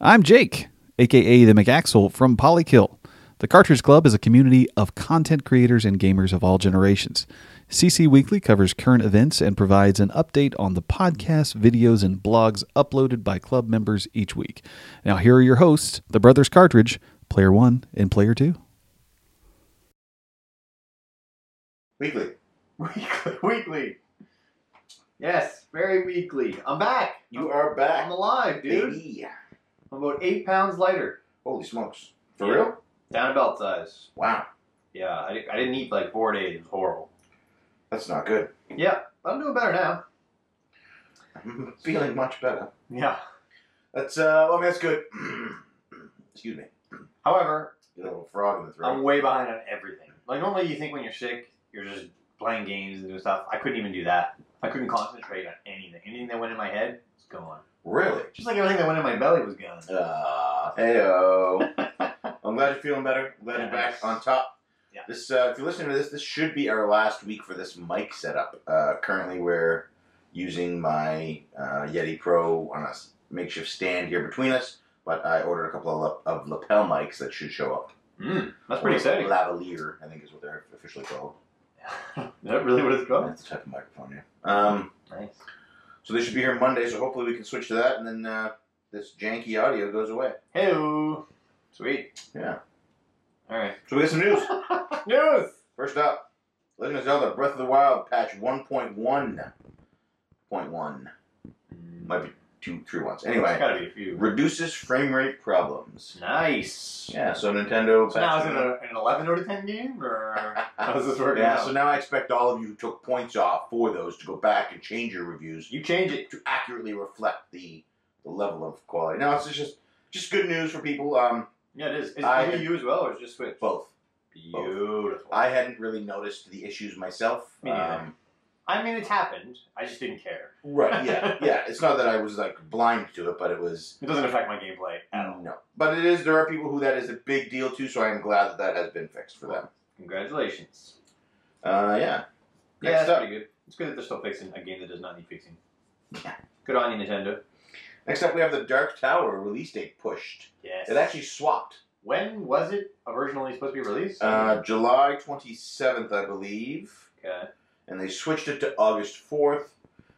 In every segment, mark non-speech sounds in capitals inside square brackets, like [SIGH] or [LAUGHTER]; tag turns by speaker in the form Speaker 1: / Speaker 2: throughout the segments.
Speaker 1: I'm Jake, aka the McAxel from Polykill. The Cartridge Club is a community of content creators and gamers of all generations. CC Weekly covers current events and provides an update on the podcasts, videos, and blogs uploaded by club members each week. Now, here are your hosts, the Brothers Cartridge, Player One and Player Two.
Speaker 2: Weekly.
Speaker 3: [LAUGHS]
Speaker 2: Weekly. Weekly. Yes, very weekly. I'm back.
Speaker 3: You are back,
Speaker 2: I'm alive, dude.
Speaker 3: baby.
Speaker 2: I'm about eight pounds lighter.
Speaker 3: Holy smokes! For
Speaker 2: Yeah.
Speaker 3: real?
Speaker 2: Down to belt size.
Speaker 3: Wow,
Speaker 2: Yeah, I, di- I didn't eat like four days. It was horrible.
Speaker 3: that's not good. [LAUGHS]
Speaker 2: Yeah, but I'm doing better now.
Speaker 3: I'm feeling much better.
Speaker 2: Yeah.
Speaker 3: That's uh, well, I mean, that's good. [CLEARS THROAT] Excuse me,
Speaker 2: However,
Speaker 3: Get a little frog in the throat.
Speaker 2: I'm way behind on everything. Like, normally you think when you're sick, you're just playing games and doing stuff. I couldn't even do that. I couldn't concentrate on anything. Anything that went in my head was gone.
Speaker 3: really?
Speaker 2: Just like everything that went in my belly was gone.
Speaker 3: Uh,
Speaker 2: [LAUGHS]
Speaker 3: heyo. I'm glad you're feeling better. I'm glad you're back
Speaker 2: Yes.
Speaker 3: on top.
Speaker 2: Yeah.
Speaker 3: This, uh, if you're listening to this, this should be our last week for this mic setup. Uh, currently, we're using my uh, Yeti Pro on a s- makeshift stand here between us, but I ordered a couple of, la- of lapel mics that should show up.
Speaker 2: Mm, that's
Speaker 3: Or
Speaker 2: pretty exciting.
Speaker 3: Lavalier, I think is what they're officially called.
Speaker 2: Is [LAUGHS] that really what it's called?
Speaker 3: That's the type of microphone, yeah. Um,
Speaker 2: Nice.
Speaker 3: so they should be here Monday, so hopefully we can switch to that, and then uh, this janky audio goes away.
Speaker 2: Heyo. Sweet.
Speaker 3: Yeah.
Speaker 2: All right.
Speaker 3: So we got some news.
Speaker 2: News.
Speaker 3: First up, Legend of Zelda Breath of the Wild patch 1.1. Point one. Might be two, three ones.
Speaker 2: There's
Speaker 3: Anyway,
Speaker 2: Mm. gotta be a few.
Speaker 3: reduces frame rate problems.
Speaker 2: Nice.
Speaker 3: Yeah, so Nintendo.
Speaker 2: So now is it a, an 11 out of 10 game, [LAUGHS] or how does this work
Speaker 3: yeah,
Speaker 2: now?
Speaker 3: so now I expect all of you who took points off for those to go back and change your reviews
Speaker 2: you change it.
Speaker 3: to accurately reflect the, the level of quality. Now it's just just good news for people. Um,
Speaker 2: Yeah, it is. Is it
Speaker 3: I-
Speaker 2: Wii U as well, or is it just Switch?
Speaker 3: both.
Speaker 2: Beautiful.
Speaker 3: I hadn't really noticed the issues myself.
Speaker 2: Me neither.
Speaker 3: Um,
Speaker 2: I mean, it's happened. I just didn't care.
Speaker 3: right. Yeah. Yeah. It's not that I was like blind to it, but it was
Speaker 2: It doesn't affect my gameplay at all.
Speaker 3: no. But it is. There are people who that is a big deal to. So I am glad that that has been fixed for them.
Speaker 2: Congratulations.
Speaker 3: Uh, yeah.
Speaker 2: yeah,
Speaker 3: Next
Speaker 2: that's
Speaker 3: up,
Speaker 2: pretty good. It's good that they're still fixing a game that does not need fixing.
Speaker 3: Yeah.
Speaker 2: Good on you, Nintendo.
Speaker 3: next up we have the Dark Tower release date pushed.
Speaker 2: Yes.
Speaker 3: It actually swapped.
Speaker 2: When was it originally supposed to be released?
Speaker 3: Uh, July twenty seventh, I believe.
Speaker 2: okay.
Speaker 3: and they switched it to August 4th.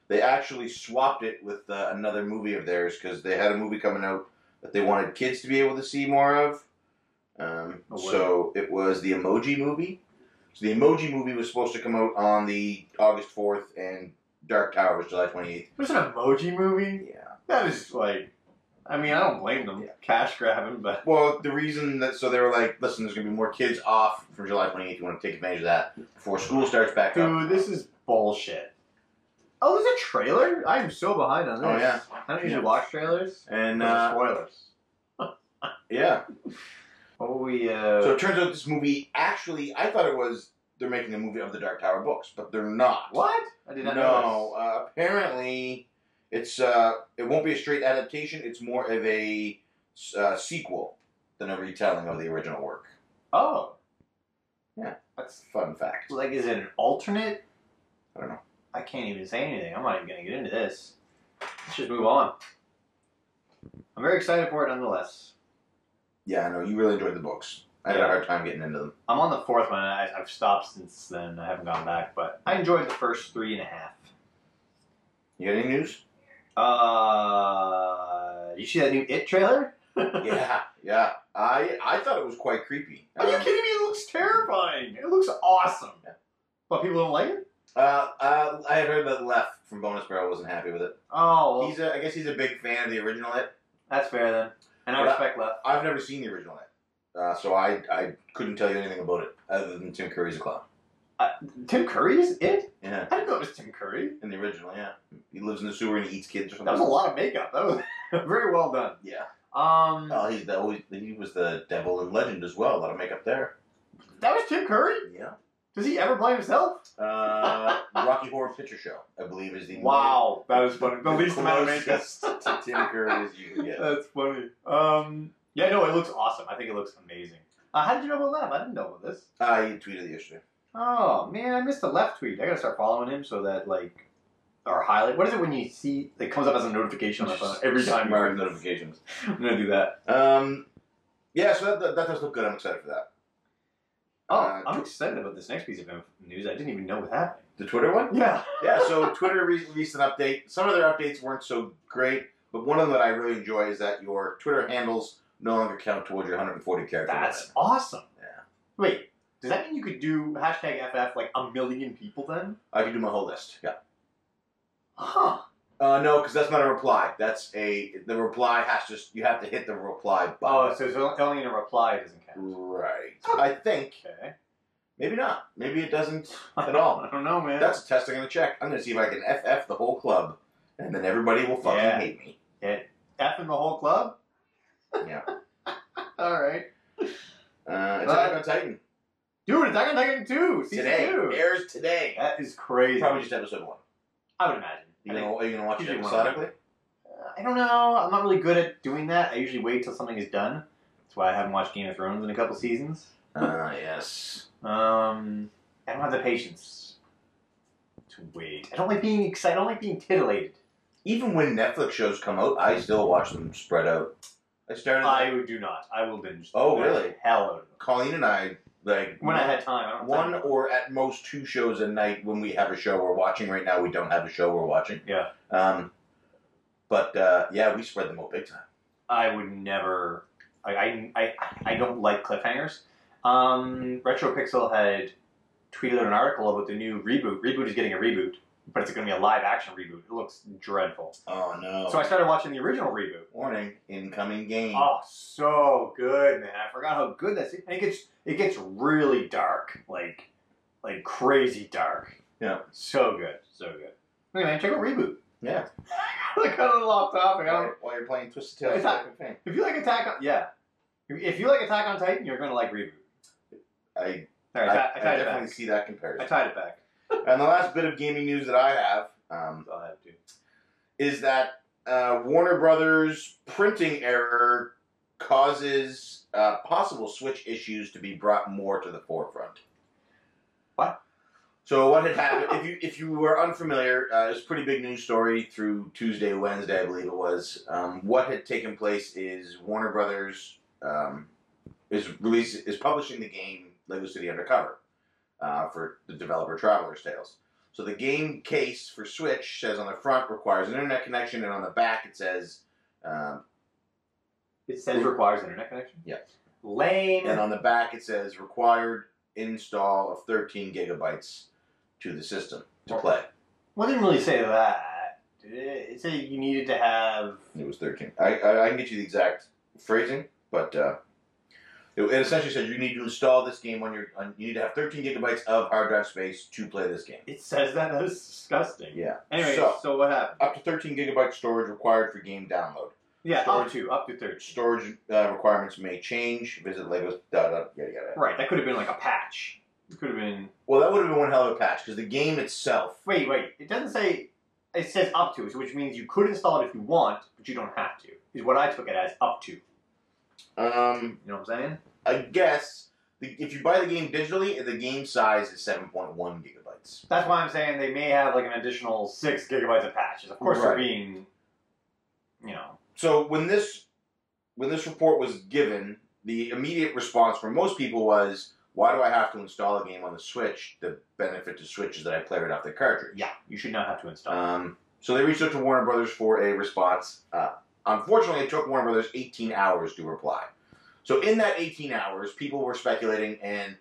Speaker 3: They actually swapped it with uh, another movie of theirs because they had a movie coming out that they wanted kids to be able to see more of. Um,
Speaker 2: Oh, wow.
Speaker 3: so it was the Emoji Movie. So the Emoji Movie was supposed to come out on the August 4th, and Dark Tower was July 28th.
Speaker 2: There's an emoji movie?
Speaker 3: Yeah.
Speaker 2: That is like, I mean, I don't blame them.
Speaker 3: Yeah.
Speaker 2: Cash grabbing, but
Speaker 3: Well, the reason that so they were like, listen, there's gonna be more kids off from July 28th. You want to take advantage of that before school starts back up.
Speaker 2: dude, this is bullshit. Oh, there's a trailer. I am so behind on this.
Speaker 3: Oh, yeah.
Speaker 2: I don't usually
Speaker 3: Yeah.
Speaker 2: watch trailers.
Speaker 3: And
Speaker 2: Those are
Speaker 3: uh,
Speaker 2: spoilers.
Speaker 3: yeah,
Speaker 2: Oh yeah.
Speaker 3: So it turns out this movie actually, I thought it was they're making a movie of the Dark Tower books, but they're not.
Speaker 2: what? I did not
Speaker 3: No, uh, apparently it's uh, it won't be a straight adaptation. It's more of a uh, sequel than a retelling of the original work.
Speaker 2: know. Oh.
Speaker 3: Yeah.
Speaker 2: That's
Speaker 3: Fun fact.
Speaker 2: like, is it an alternate?
Speaker 3: I don't know.
Speaker 2: I can't even say anything. I'm not even gonna get into this. Let's just move on. I'm very excited for it nonetheless.
Speaker 3: Yeah, I know you really enjoyed the books. I had
Speaker 2: Yeah.
Speaker 3: a hard time getting into them.
Speaker 2: I'm on the fourth one. and I, I've stopped since then. I haven't gone back, but I enjoyed the first three and a half.
Speaker 3: You got any
Speaker 2: [LAUGHS]
Speaker 3: news?
Speaker 2: Uh, you see that new It trailer?
Speaker 3: yeah, yeah. I I thought it was quite creepy.
Speaker 2: Are you
Speaker 3: Um,
Speaker 2: kidding me? It looks terrifying. It looks awesome.
Speaker 3: Yeah.
Speaker 2: But people don't like it.
Speaker 3: Uh, uh, I had heard that Left from Bonus Barrel wasn't happy with it.
Speaker 2: Oh, well,
Speaker 3: He's a, I guess he's a big fan of the original. It.
Speaker 2: that's fair then. And I
Speaker 3: But I-
Speaker 2: respect left.
Speaker 3: I've never seen the original It, uh, so I I couldn't tell you anything about it other than Tim Curry's a clown.
Speaker 2: Tim Curry is it?
Speaker 3: Yeah,
Speaker 2: I didn't know it was Tim Curry.
Speaker 3: in the original, yeah, he lives in the sewer and he eats kids or something.
Speaker 2: That was a lot of makeup. That was [LAUGHS] very well done.
Speaker 3: Yeah.
Speaker 2: Um,
Speaker 3: Oh, he's the, always- he was the devil in Legend as well. A lot of makeup there.
Speaker 2: that was Tim Curry.
Speaker 3: Yeah.
Speaker 2: Does he ever play himself?
Speaker 3: Uh, Rocky Horror Picture Show, I believe, is the
Speaker 2: Wow, that was funny. The least amount of makeup.
Speaker 3: closest [LAUGHS] to Tim Curry as you can get.
Speaker 2: That's funny. Um, yeah, no, it looks awesome. I think it looks amazing. Uh, how did you know about Lab? I didn't know about this.
Speaker 3: I tweeted it yesterday.
Speaker 2: Oh man, I missed the left tweet. I gotta start following him so that like or highlight. What is it when you see it comes up as a notification on my phone [LAUGHS] [LAUGHS] every time?
Speaker 3: Smart notifications.
Speaker 2: I'm gonna do that.
Speaker 3: Um, yeah, so that, that, that does look good. I'm excited for that.
Speaker 2: Oh,
Speaker 3: Uh,
Speaker 2: I'm excited about this next piece of info- news. I didn't even know was happening.
Speaker 3: The Twitter one?
Speaker 2: Yeah.
Speaker 3: yeah, so Twitter re- released an update. Some of their updates weren't so great, but one of them that I really enjoy is that your Twitter handles no longer count towards your 140 character
Speaker 2: That's
Speaker 3: limit.
Speaker 2: awesome.
Speaker 3: Yeah.
Speaker 2: Wait, does that mean you could do hashtag FF like a million people then?
Speaker 3: I can do my whole list. Yeah.
Speaker 2: Huh.
Speaker 3: Uh, no, because that's not a reply. That's a the reply has to you have to hit the reply
Speaker 2: Oh,
Speaker 3: button.
Speaker 2: so it's only- only in a reply it doesn't count.
Speaker 3: right. I think
Speaker 2: Okay. Oh,
Speaker 3: maybe not. Maybe it doesn't at all.
Speaker 2: [LAUGHS] I don't know, man.
Speaker 3: That's a test I'm gonna check. I'm gonna see if I can FF the whole club, and then everybody will fucking
Speaker 2: Yeah.
Speaker 3: hate me.
Speaker 2: F in the whole club?
Speaker 3: Yeah.
Speaker 2: [LAUGHS] All right.
Speaker 3: Uh, it's Attack on Titan
Speaker 2: Dude, Attack on Titan 2, season
Speaker 3: today
Speaker 2: 2.
Speaker 3: airs today.
Speaker 2: That is crazy.
Speaker 3: Probably just episode one.
Speaker 2: I would imagine.
Speaker 3: You
Speaker 2: I,
Speaker 3: gonna,
Speaker 2: think-
Speaker 3: are you gonna watch it
Speaker 2: Usually one
Speaker 3: episodically?
Speaker 2: Uh, I don't know. I'm not really good at doing that. I usually wait till something is done. That's why I haven't watched Game of Thrones in a couple seasons.
Speaker 3: Ah, yes.
Speaker 2: Um, I don't have the patience to wait. I don't like being excited. I don't like being titillated.
Speaker 3: Even when Netflix shows come out, I still watch them spread out. I started.
Speaker 2: I do not. I will binge.
Speaker 3: Oh,
Speaker 2: the
Speaker 3: really?
Speaker 2: Hell out of it.
Speaker 3: Colleen and I like
Speaker 2: When I had time. I don't have
Speaker 3: one
Speaker 2: time.
Speaker 3: or at most two shows a night when we have a show we're watching. Right now, we don't have a show we're watching.
Speaker 2: Yeah.
Speaker 3: Um, but uh, yeah, we spread them out big time.
Speaker 2: I would never. I I, I, I don't like cliffhangers. Um, RetroPixel had tweeted out an article about the new reboot. Reboot is getting a reboot, but it's going to be a live action reboot. It looks dreadful.
Speaker 3: Oh no!
Speaker 2: So I started watching the original reboot.
Speaker 3: Warning: incoming game.
Speaker 2: Oh, so good, man! I forgot how good that's. And it gets it gets really dark, like like crazy dark.
Speaker 3: Yeah.
Speaker 2: So good, so good. Hey man, check out reboot.
Speaker 3: Yeah.
Speaker 2: [LAUGHS] I kind of off topic. I
Speaker 3: While,
Speaker 2: don't,
Speaker 3: while you're playing Twisted Tales,
Speaker 2: It's not-
Speaker 3: it's a thing.
Speaker 2: if you like Attack on yeah, if, if you like Attack on Titan, you're gonna like reboot.
Speaker 3: I,
Speaker 2: All
Speaker 3: I,
Speaker 2: right, I,
Speaker 3: I
Speaker 2: I tied it
Speaker 3: definitely
Speaker 2: back.
Speaker 3: see that
Speaker 2: I
Speaker 3: comparison.
Speaker 2: tied it back.
Speaker 3: and the last bit of gaming news that I have um,
Speaker 2: I'll have to.
Speaker 3: is that uh, Warner Brothers printing error causes uh, possible Switch issues to be brought more to the forefront.
Speaker 2: What?
Speaker 3: So what had happened? if you if you were unfamiliar, uh, it was a pretty big news story through Tuesday, Wednesday, I believe it was. Um, what had taken place is Warner Brothers um, is release is publishing the game Lego City Undercover uh, for the developer Traveler's Tales. So the game case for Switch says on the front requires an internet connection, and on the back it says, um,
Speaker 2: It says requires internet connection.
Speaker 3: Yeah.
Speaker 2: Lame.
Speaker 3: and on the back it says required install of 13 gigabytes to the system to play.
Speaker 2: well, it didn't really say that. did It It said you needed to have.
Speaker 3: It was 13. I, I, I can get you the exact phrasing, but uh, it, it essentially says you need to install this game on your. On, you need to have 13 gigabytes of hard drive space to play this game.
Speaker 2: It says that. That is disgusting.
Speaker 3: Yeah.
Speaker 2: Anyway,
Speaker 3: So-
Speaker 2: so, what happened?
Speaker 3: Up to 13 gigabyte storage required for game download.
Speaker 2: Yeah,
Speaker 3: Storage-
Speaker 2: up to up to thirty.
Speaker 3: Storage uh, requirements may change. Visit Legos. Dot, dot, yada yada.
Speaker 2: Right, that could have been like a patch. It could have been.
Speaker 3: Well, that would have been one hell of a patch because the game itself.
Speaker 2: Wait, wait. It doesn't say. It says up to, so which means you could install it if you want, but you don't have to. Is what I took it as up to. You
Speaker 3: Um,
Speaker 2: know what I'm saying?
Speaker 3: I guess the, if you buy the game digitally, the game size is seven point one gigabytes.
Speaker 2: That's why I'm saying they may have like an additional six gigabytes of patches. Of course,
Speaker 3: Right.
Speaker 2: they're being, you know,
Speaker 3: So when this when this report was given, the immediate response from most people was, "Why do I have to install a game on the Switch? The benefit to Switch is that I play right off the cartridge."
Speaker 2: yeah, you should not have to install.
Speaker 3: Um, so they reached out to Warner Brothers for a response. Uh, unfortunately, it took Warner Brothers 18 hours to reply. So in that 18 hours, people were speculating, and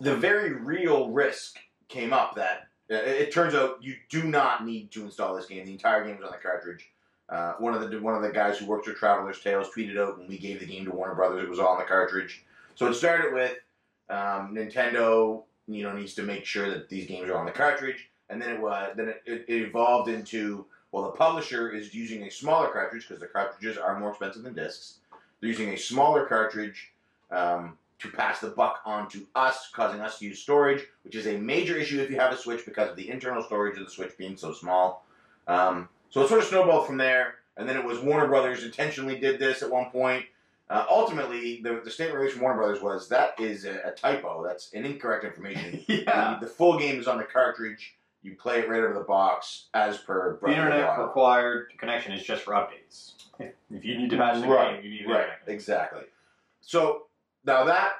Speaker 3: the very real risk came up that uh, it it turns out you do not need to install this game. The entire game is on the cartridge. Uh, one of the one of the guys who works for Traveler's Tales tweeted out when we gave the game to Warner Brothers, it was all on the cartridge. So it started with um, Nintendo, you know, needs to make sure that these games are on the cartridge and then it was then it, it, it evolved into well the publisher is using a smaller cartridge because the cartridges are more expensive than discs they're using a smaller cartridge um, to pass the buck on to us causing us to use storage which is a major issue if you have a switch because of the internal storage of the switch being so small um, so it sort of snowballed from there and then it was warner brothers intentionally did this at one point uh, ultimately, the, the statement released from Warner Brothers was that is a, a typo. That's an incorrect information.
Speaker 2: yeah,
Speaker 3: The, the full game is on the cartridge. You play it right out of the box as per
Speaker 2: The
Speaker 3: Breath of the
Speaker 2: internet
Speaker 3: Wild.
Speaker 2: required connection is just for updates. if you need to patch the
Speaker 3: Right,
Speaker 2: game, you need the
Speaker 3: Right,
Speaker 2: internet.
Speaker 3: exactly. So now that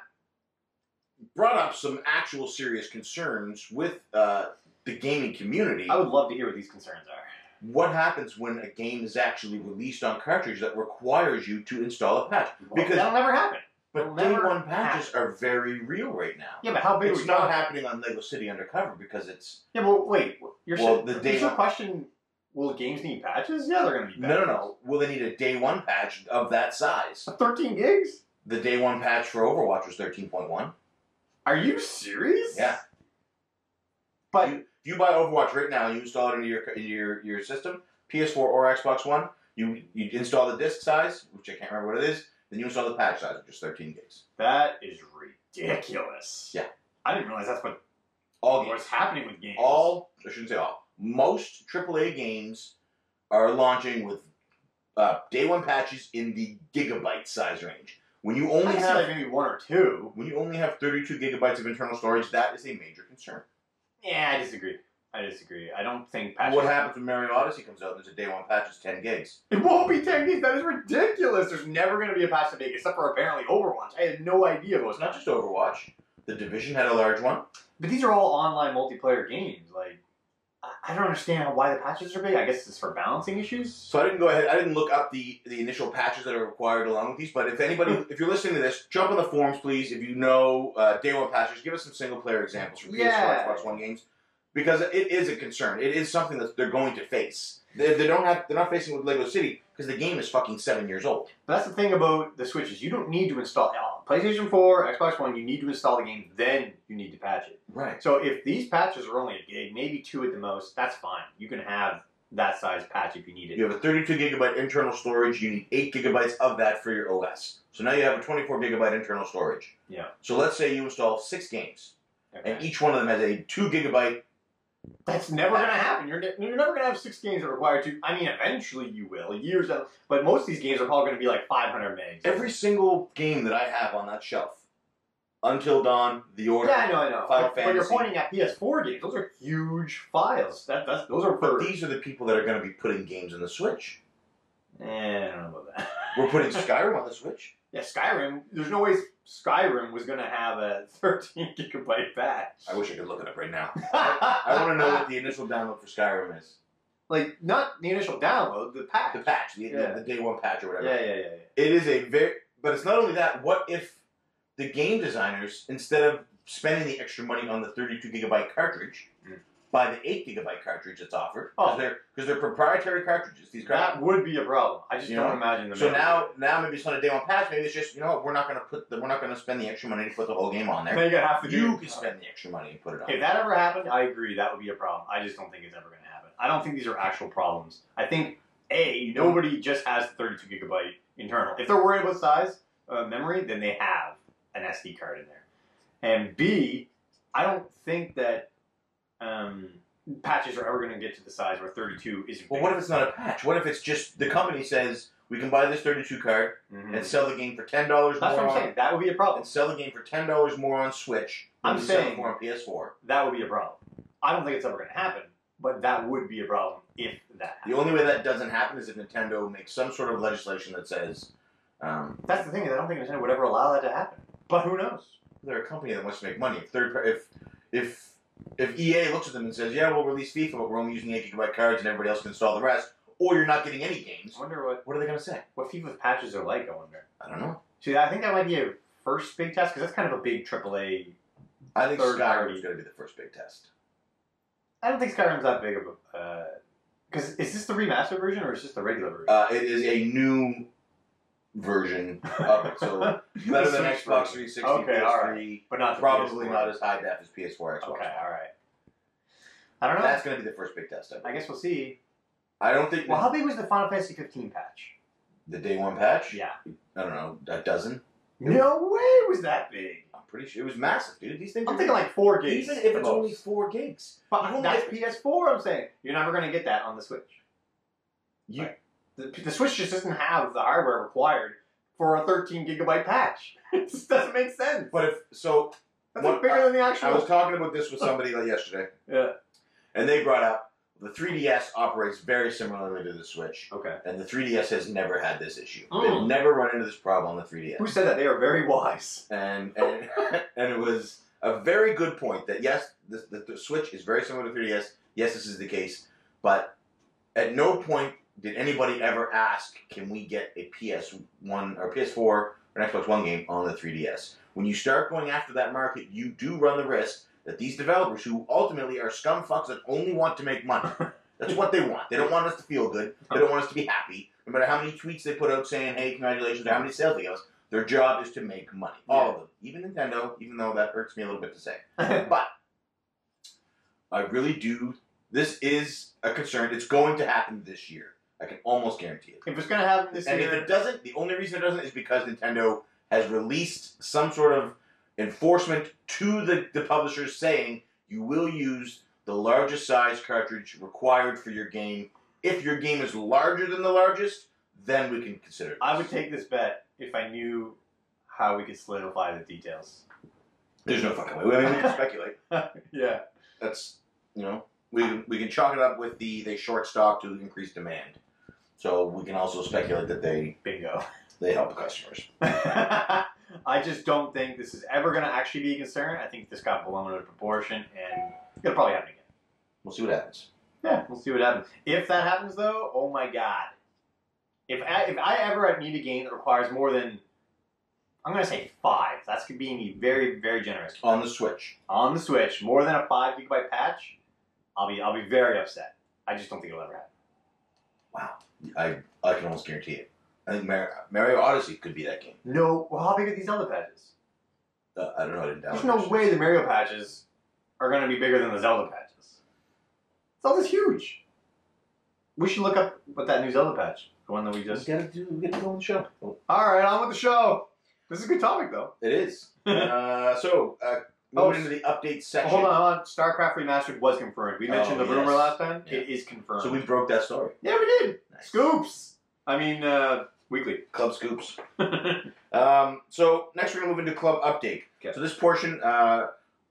Speaker 3: brought up some actual serious concerns with uh, the gaming community.
Speaker 2: I would love to hear what these concerns are.
Speaker 3: What happens when a game is actually released on cartridge that requires you to install a patch? Because-
Speaker 2: that'll never happen.
Speaker 3: But
Speaker 2: Will
Speaker 3: day
Speaker 2: never
Speaker 3: one patches
Speaker 2: happen.
Speaker 3: are very real right now.
Speaker 2: Yeah, but how big
Speaker 3: It's
Speaker 2: was
Speaker 3: not
Speaker 2: that?
Speaker 3: happening on Lego City Undercover because it's
Speaker 2: Yeah, but wait, you're
Speaker 3: Well,
Speaker 2: well,
Speaker 3: the
Speaker 2: the
Speaker 3: day
Speaker 2: is your
Speaker 3: one-
Speaker 2: question? Will games need patches? Yeah, they're gonna need
Speaker 3: no,
Speaker 2: patches.
Speaker 3: no, no. Will they need a day one patch of that size?
Speaker 2: Thirteen gigs?
Speaker 3: The day one patch for Overwatch was thirteen point one.
Speaker 2: Are you serious?
Speaker 3: Yeah.
Speaker 2: But
Speaker 3: you, if you buy Overwatch right now and you install it into your into your, your system, PS4 or Xbox One, you you install the disk size, which I can't remember what it is, then you install the patch size, which is 13 gigs.
Speaker 2: that is ridiculous.
Speaker 3: Yeah.
Speaker 2: I didn't realize that's what
Speaker 3: All games,
Speaker 2: what's happening with games.
Speaker 3: all I shouldn't say all. Most AAA games are launching with uh, day one patches in the gigabyte size range. When you
Speaker 2: I
Speaker 3: only
Speaker 2: can see,
Speaker 3: have
Speaker 2: like maybe one or two.
Speaker 3: when you only have 32 gigabytes of internal storage, that is a major concern.
Speaker 2: Yeah, I disagree. I disagree. I don't think patches.
Speaker 3: What happens when Mario Odyssey comes out? There's a day one patch, it's 10 gigs.
Speaker 2: It won't be ten gigs. That is ridiculous. There's never going to be a patch to make except for apparently Overwatch. I had no idea what was
Speaker 3: It's not just Overwatch. The Division had a large one.
Speaker 2: But these are all online multiplayer games. Like, I- I don't understand why the patches are big. I guess it's for balancing issues.
Speaker 3: So I didn't go ahead. I didn't look up the the initial patches that are required along with these. But if anybody,
Speaker 2: Hmm.
Speaker 3: if you're listening to this, jump on the forums, please. If you know uh, day one patches, give us some single player examples from
Speaker 2: Yeah.
Speaker 3: PS4, Xbox One games, because it is a concern. It is something that they're going to face. They, they don't have. They're not facing with Lego City because the game is fucking seven years old.
Speaker 2: But that's the thing about the Switch is you don't need to install on PlayStation 4, Xbox One. You need to install the game, then you need to patch it.
Speaker 3: Right.
Speaker 2: So if these patches are only a gig, maybe two at the most, that's fine. You can have that size patch if you need it.
Speaker 3: You have a 32 gigabyte internal storage. You need eight gigabytes of that for your OS. So now you have a 24 gigabyte internal storage.
Speaker 2: Yeah.
Speaker 3: So let's say you install six games,
Speaker 2: Okay.
Speaker 3: and each one of them has a two gigabyte
Speaker 2: That's never going to happen. You're, ne- you're never going to have six games that require two. I mean, eventually you will. Years out, but most of these games are probably going to be like 500 megs.
Speaker 3: Every single game that I have on that shelf, Until Dawn, The Order,
Speaker 2: Yeah, I know, I know.
Speaker 3: Final
Speaker 2: but, but you're
Speaker 3: Fantasy.
Speaker 2: pointing at PS4 games. Those are huge files. That that's those are
Speaker 3: but
Speaker 2: for.
Speaker 3: these are the people that are going to be putting games on the Switch.
Speaker 2: Eh, I don't know about that. [LAUGHS]
Speaker 3: We're putting Skyrim on the Switch.
Speaker 2: yeah, Skyrim. There's no way Skyrim was gonna have a [LAUGHS] 13 gigabyte patch.
Speaker 3: I wish I could look it up right now. I
Speaker 2: I
Speaker 3: want to
Speaker 2: [LAUGHS]
Speaker 3: know what the initial download for Skyrim is.
Speaker 2: like not the initial download, the patch.
Speaker 3: The patch, the, the-
Speaker 2: Yeah.
Speaker 3: the, day one patch or
Speaker 2: Yeah,
Speaker 3: whatever.
Speaker 2: yeah, yeah, yeah.
Speaker 3: It is a very, but it's not only that. What if the game designers, instead of spending the extra money on the 32 gigabyte cartridge,
Speaker 2: Mm.
Speaker 3: buy the 8 gigabyte cartridge that's offered?
Speaker 2: Oh.
Speaker 3: Because they're, 'cause they're proprietary cartridges. These cartridges.
Speaker 2: That would be a problem. I just
Speaker 3: You
Speaker 2: don't
Speaker 3: know?
Speaker 2: imagine the.
Speaker 3: So
Speaker 2: memory.
Speaker 3: now, now maybe it's not a day one patch. Maybe it's just you know what, we're not going to put the, we're not going to spend the extra money to put the whole game on
Speaker 2: now
Speaker 3: there.
Speaker 2: you're gonna have to do.
Speaker 3: You can spend the extra money and put it on.
Speaker 2: If that ever happened, I agree that would be a problem. I just don't think it's ever going to happen. I don't think these are actual problems. I think a nobody just has 32 gigabyte internal. If they're worried about size uh, memory, then they have an SD card in there. And b, I don't think that um, patches are ever going to get to the size where 32 isn't.
Speaker 3: well, what if it's not a patch? What if it's just the company says we can buy this thirty-two card
Speaker 2: Mhm.
Speaker 3: and sell the game for ten dollars more
Speaker 2: That's what I'm
Speaker 3: on,
Speaker 2: saying. That would be a problem.
Speaker 3: and sell the game for ten dollars more on Switch. than
Speaker 2: I'm
Speaker 3: we sell it
Speaker 2: saying-
Speaker 3: for on PS4.
Speaker 2: That would be a problem. I don't think it's ever going to happen, but that would be a problem if that.
Speaker 3: The
Speaker 2: Happened.
Speaker 3: only way that doesn't happen is if Nintendo makes some sort of legislation that says um,
Speaker 2: That's the thing is I don't think Nintendo would ever allow that to happen. But who knows?
Speaker 3: they're a company that wants to make money. If third, par- if if if EA looks at them and says, "Yeah, we'll release FIFA, but we're only using eight gigabyte cards, and everybody else can install the rest," or you're not getting any games,
Speaker 2: I wonder what
Speaker 3: what are they going to say?
Speaker 2: what FIFA's patches are like. I wonder.
Speaker 3: I don't know.
Speaker 2: See, I think that might be a first big test because that's kind of a big AAA.
Speaker 3: I think Skyrim
Speaker 2: Third party.
Speaker 3: is going to be the first big test.
Speaker 2: I don't think Skyrim's that big of a. Because is this the remastered version or is this the regular version?
Speaker 3: Uh, it is a new version of it,
Speaker 2: [LAUGHS]
Speaker 3: so better than
Speaker 2: Switch
Speaker 3: Xbox
Speaker 2: version.
Speaker 3: 360,
Speaker 2: Okay,
Speaker 3: PS3.
Speaker 2: all right. But not the
Speaker 3: Probably
Speaker 2: PS4.
Speaker 3: not as high def as PS4, Xbox.
Speaker 2: Okay, all right. I don't know.
Speaker 3: That's going to be the first big test. I,
Speaker 2: I
Speaker 3: think.
Speaker 2: guess we'll see.
Speaker 3: I don't think
Speaker 2: Well, how big was the Final Fantasy 15 patch?
Speaker 3: the day one patch.
Speaker 2: Yeah.
Speaker 3: I don't know a dozen.
Speaker 2: No way was that big.
Speaker 3: I'm pretty sure it was massive, dude. These things.
Speaker 2: I'm
Speaker 3: are-
Speaker 2: thinking like four gigs.
Speaker 3: even if
Speaker 2: at
Speaker 3: it's
Speaker 2: most.
Speaker 3: only four gigs.
Speaker 2: But
Speaker 3: you only
Speaker 2: that's
Speaker 3: get-
Speaker 2: PS4. I'm saying you're never going to get that on the Switch.
Speaker 3: You,
Speaker 2: Right. The, the Switch just doesn't have the hardware required for a 13 gigabyte patch. [LAUGHS] it just doesn't make sense.
Speaker 3: But if so,
Speaker 2: That's
Speaker 3: What-
Speaker 2: like bigger than the
Speaker 3: I was
Speaker 2: actual.
Speaker 3: talking about this with somebody like yesterday,
Speaker 2: Yeah.
Speaker 3: And they brought up the 3DS operates very similarly to the Switch,
Speaker 2: [LAUGHS] Okay.
Speaker 3: and the 3DS has never had this issue.
Speaker 2: Mm.
Speaker 3: They've never run into this problem on the 3DS.
Speaker 2: Who said that? They are very wise. [LAUGHS]
Speaker 3: and and [LAUGHS] and it was a very good point that yes, the, the, the Switch is very similar to 3DS. Yes, this is the case, but at no point did anybody ever ask, "Can we get a PS1 or PS4 or an Xbox One game on the 3DS?" When you start going after that market, you do run the risk that these developers, who ultimately are scum fucks that only want to make money, that's what they want. They don't want us to feel good. They don't want us to be happy. No matter how many tweets they put out saying, "Hey, congratulations," or how many sales they give us, their job is to make money. All of them. Even Nintendo, even though that hurts me a little bit to say. But I really do. This is a concern. It's going to happen this year. I can almost guarantee it.
Speaker 2: If it's gonna happen this
Speaker 3: And if
Speaker 2: year,
Speaker 3: it doesn't, the only reason it doesn't is because Nintendo has released some sort of enforcement to the, the publishers saying you will use the largest size cartridge required for your game. If your game is larger than the largest, then we can consider it.
Speaker 2: I would take this bet if I knew how we could solidify the details.
Speaker 3: There's no fucking way. I
Speaker 2: [LAUGHS]
Speaker 3: mean, we can speculate.
Speaker 2: Yeah.
Speaker 3: that's you know we we can chalk it up with the they short stock to increase demand. So we can also speculate that they
Speaker 2: Bingo.
Speaker 3: they help customers.
Speaker 2: [LAUGHS] I just don't think this is ever going to actually be a concern. I think this got blown out of proportion, and it'll probably happen again.
Speaker 3: We'll see what happens.
Speaker 2: Yeah, we'll see what happens. If that happens, though, oh my god! If I, if I ever need a game that requires more than, I'm going to say five. That's being very very generous
Speaker 3: On the Switch,
Speaker 2: on the Switch. More than a five gigabyte patch, I'll be I'll be very upset. I just don't think it'll ever happen.
Speaker 3: I I can almost guarantee it. I think Mar- Mario Odyssey could be that game.
Speaker 2: No, well, how big are these other patches?
Speaker 3: Uh, I don't know. I didn't download.
Speaker 2: There's no
Speaker 3: it.
Speaker 2: way the Mario patches are going to be bigger than the Zelda patches. Zelda's huge. We should look up what that new Zelda patch, the one that we just.
Speaker 3: We gotta do. We gotta go on the show.
Speaker 2: All right, on with the show. This is a good topic, though.
Speaker 3: Oh, It is. uh, so uh,
Speaker 2: Oh,
Speaker 3: moving into the update
Speaker 2: Oh,
Speaker 3: section.
Speaker 2: hold on, hold on. StarCraft Remastered was confirmed. We mentioned
Speaker 3: Oh,
Speaker 2: the rumor
Speaker 3: yes.
Speaker 2: last time.
Speaker 3: Yeah.
Speaker 2: It is confirmed.
Speaker 3: So we broke that story.
Speaker 2: yeah, we did.
Speaker 3: Nice.
Speaker 2: Scoops. I mean, uh, weekly.
Speaker 3: Club
Speaker 2: [LAUGHS]
Speaker 3: scoops. Um, so next we're gonna move into club update.
Speaker 2: Okay.
Speaker 3: So this portion, uh,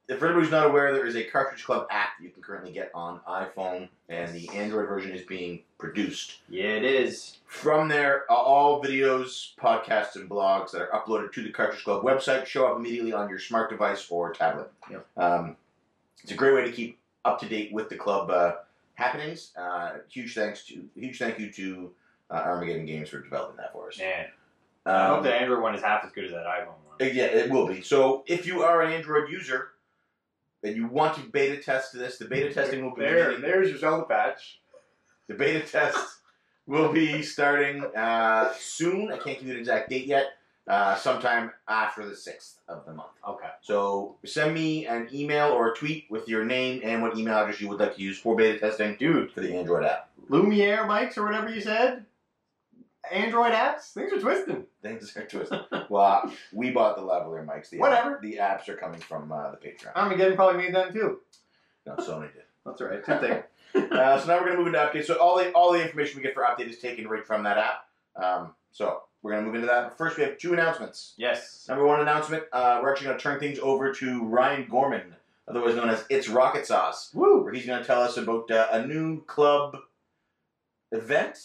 Speaker 3: if for anybody who's not aware, there is a cartridge club app you can currently get on iPhone, and the Android version is being produced.
Speaker 2: yeah, it is.
Speaker 3: From there, uh, all videos, podcasts, and blogs that are uploaded to the Cartridge Club website show up immediately on your smart device or tablet.
Speaker 2: Yeah.
Speaker 3: Um, it's a great way to keep up to date with the club uh, happenings. Uh, huge thanks to huge thank you to uh, Armageddon Games for developing that for us.
Speaker 2: Man, I
Speaker 3: Um,
Speaker 2: hope the Android one is half as good as that iPhone one.
Speaker 3: uh, Yeah, it will be. So if you are an Android user and you want to beta test this, the beta testing will be
Speaker 2: there.
Speaker 3: beginning-
Speaker 2: There's your Zelda patch.
Speaker 3: the beta test will be starting uh, soon. I can't give you an exact date yet. Uh, sometime after the sixth of the month.
Speaker 2: Okay.
Speaker 3: So send me an email or a tweet with your name and what email address you would like to use for beta testing
Speaker 2: Dude,
Speaker 3: for the Android app.
Speaker 2: Lumiere mics or whatever you said. Android apps, things are twisting.
Speaker 3: [LAUGHS] Things are twisted.
Speaker 2: [LAUGHS]
Speaker 3: well, we bought the lavalier mics. The
Speaker 2: Whatever.
Speaker 3: the apps are coming from uh, the Patreon.
Speaker 2: Armageddon probably made them too.
Speaker 3: No, Sony did.
Speaker 2: That's all right. Two things.
Speaker 3: Uh, so now we're going to move into update. So all the all the information we get for update is taken right from that app. Um, so we're going to move into that. But first, we have two announcements.
Speaker 2: yes.
Speaker 3: Number one announcement: uh, we're actually going to turn things over to Ryan Gorman, otherwise known as It's Rocket Sauce,
Speaker 2: Woo.
Speaker 3: where he's going to tell us about uh, a new club event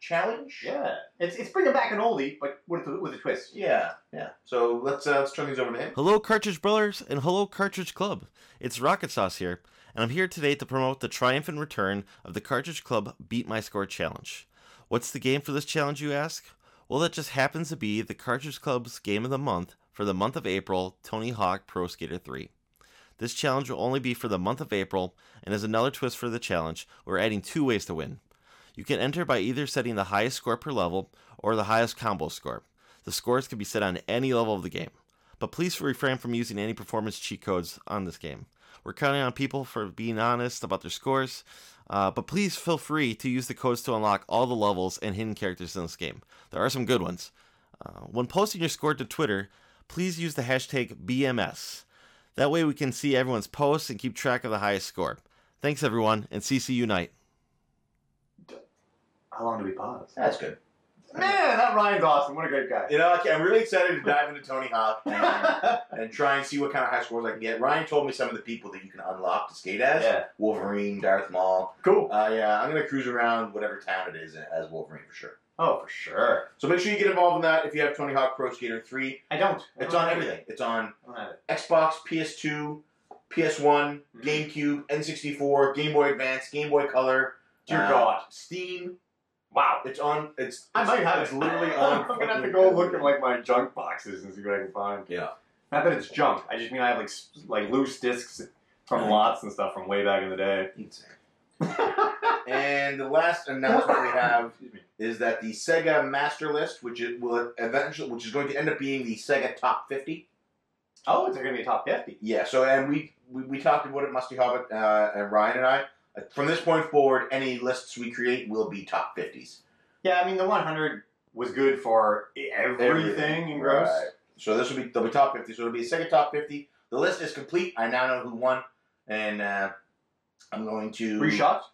Speaker 3: challenge.
Speaker 2: Yeah. It's it's bringing back an oldie, but with a, with a twist.
Speaker 3: yeah, yeah. So let's uh, let's turn things over to him.
Speaker 4: Hello, Cartridge Brothers, and hello, Cartridge Club. It's Rocket Sauce here, and I'm here today to promote the triumphant return of the Cartridge Club Beat My Score Challenge. What's the game for this challenge, you ask? Well, that just happens to be the Cartridge Club's game of the month for the month of April Tony Hawk Pro Skater 3. This challenge will only be for the month of April, and as another twist for the challenge, we're adding two ways to win. You can enter by either setting the highest score per level or the highest combo score. The scores can be set on any level of the game but please refrain from using any performance cheat codes on this game. We're counting on people for being honest about their scores, uh, but please feel free to use the codes to unlock all the levels and hidden characters in this game. There are some good ones. Uh, when posting your score to Twitter, please use the hashtag BMS. That way we can see everyone's posts and keep track of the highest score. Thanks everyone, and CC Unite.
Speaker 2: How long do we pause?
Speaker 3: That's good.
Speaker 2: Man, that Ryan's awesome. What a great guy.
Speaker 3: You know, I- I'm really excited to dive into Tony Hawk and, and try and see what kind of high scores I can get. Ryan told me some of the people that you can unlock to skate as
Speaker 2: yeah,
Speaker 3: Wolverine, Darth Maul.
Speaker 2: [LAUGHS] cool.
Speaker 3: Uh, yeah, I'm gonna cruise around whatever town it is as Wolverine for sure.
Speaker 2: Oh, for sure.
Speaker 3: So make sure you get involved in that if you have Tony Hawk Pro Skater 3.
Speaker 2: I don't. I
Speaker 3: It's
Speaker 2: don't
Speaker 3: on
Speaker 2: have it.
Speaker 3: everything. It's on
Speaker 2: I don't have it.
Speaker 3: Xbox, PS2, PS1,
Speaker 2: Mhm.
Speaker 3: GameCube, N64, Game Boy Advance, Game Boy Color.
Speaker 2: Dear
Speaker 3: uh,
Speaker 2: God.
Speaker 3: Steam.
Speaker 2: Wow.
Speaker 3: It's on. It's.
Speaker 2: I might have it.
Speaker 3: It's [LAUGHS]
Speaker 2: [LAUGHS]
Speaker 3: literally on.
Speaker 2: I'm gonna have
Speaker 3: fucking
Speaker 2: to go look at
Speaker 3: everything.
Speaker 2: like my junk boxes and see what I can find.
Speaker 3: Yeah.
Speaker 2: Not that it's junk. I just mean I have like s- like loose discs from lots and stuff from way back in the day.
Speaker 3: Insane. and the last announcement we have
Speaker 2: Excuse me.
Speaker 3: is that the Sega Master List, which it will eventually, which is going to end up being the Sega Top 50.
Speaker 2: Oh, it's going to be a top fifty.
Speaker 3: Yeah. So, and we we, we talked about it, Musty Hobbit, uh, and Ryan and I. Uh, From this point forward, any lists we create will be top 50s.
Speaker 2: Yeah, I mean the 100 was good for e, everything, and gross.
Speaker 3: Right. So this will be they'll be top 50. So it'll be a Sega Top 50. The list is complete. I now know who won, and uh, I'm going to
Speaker 2: Reshot? Is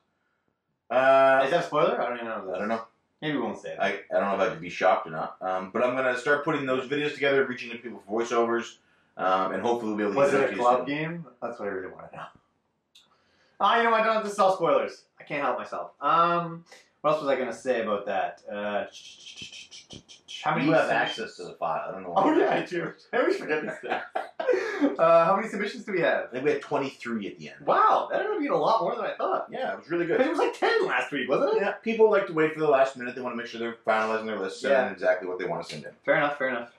Speaker 3: Uh,
Speaker 2: that a spoiler? I don't even know.
Speaker 3: I don't know.
Speaker 2: Maybe we won't say that.
Speaker 3: I, I don't know if I could be shocked or not. Um, but I'm gonna start putting those videos together, reaching to people for voiceovers, um, and hopefully we'll be able to.
Speaker 2: was
Speaker 3: get
Speaker 2: it a
Speaker 3: to
Speaker 2: club
Speaker 3: you
Speaker 2: game? That's what I really want to know. Ah, you know I don't have to sell spoilers. I can't help myself. Um, what else was I going to say about that? Uh, how
Speaker 3: soon.
Speaker 2: many
Speaker 3: You have
Speaker 2: submissions-
Speaker 3: access to the file. I don't know.
Speaker 2: [LAUGHS] Oh
Speaker 3: Why.
Speaker 2: yeah, I do. I always forget these [LAUGHS] things. Uh, how many submissions do we
Speaker 3: I
Speaker 2: have?
Speaker 3: think we had 23 at the end.
Speaker 2: Wow, that ended up being a lot more than I thought.
Speaker 3: Yeah, it was really
Speaker 2: Because
Speaker 3: good.
Speaker 2: it was like ten last week, wasn't it?
Speaker 3: Yeah, people like to wait for the last minute. They want to make sure they're finalizing their list, sending
Speaker 2: Yeah.
Speaker 3: exactly what they want to send in.
Speaker 2: Fair enough. Fair enough.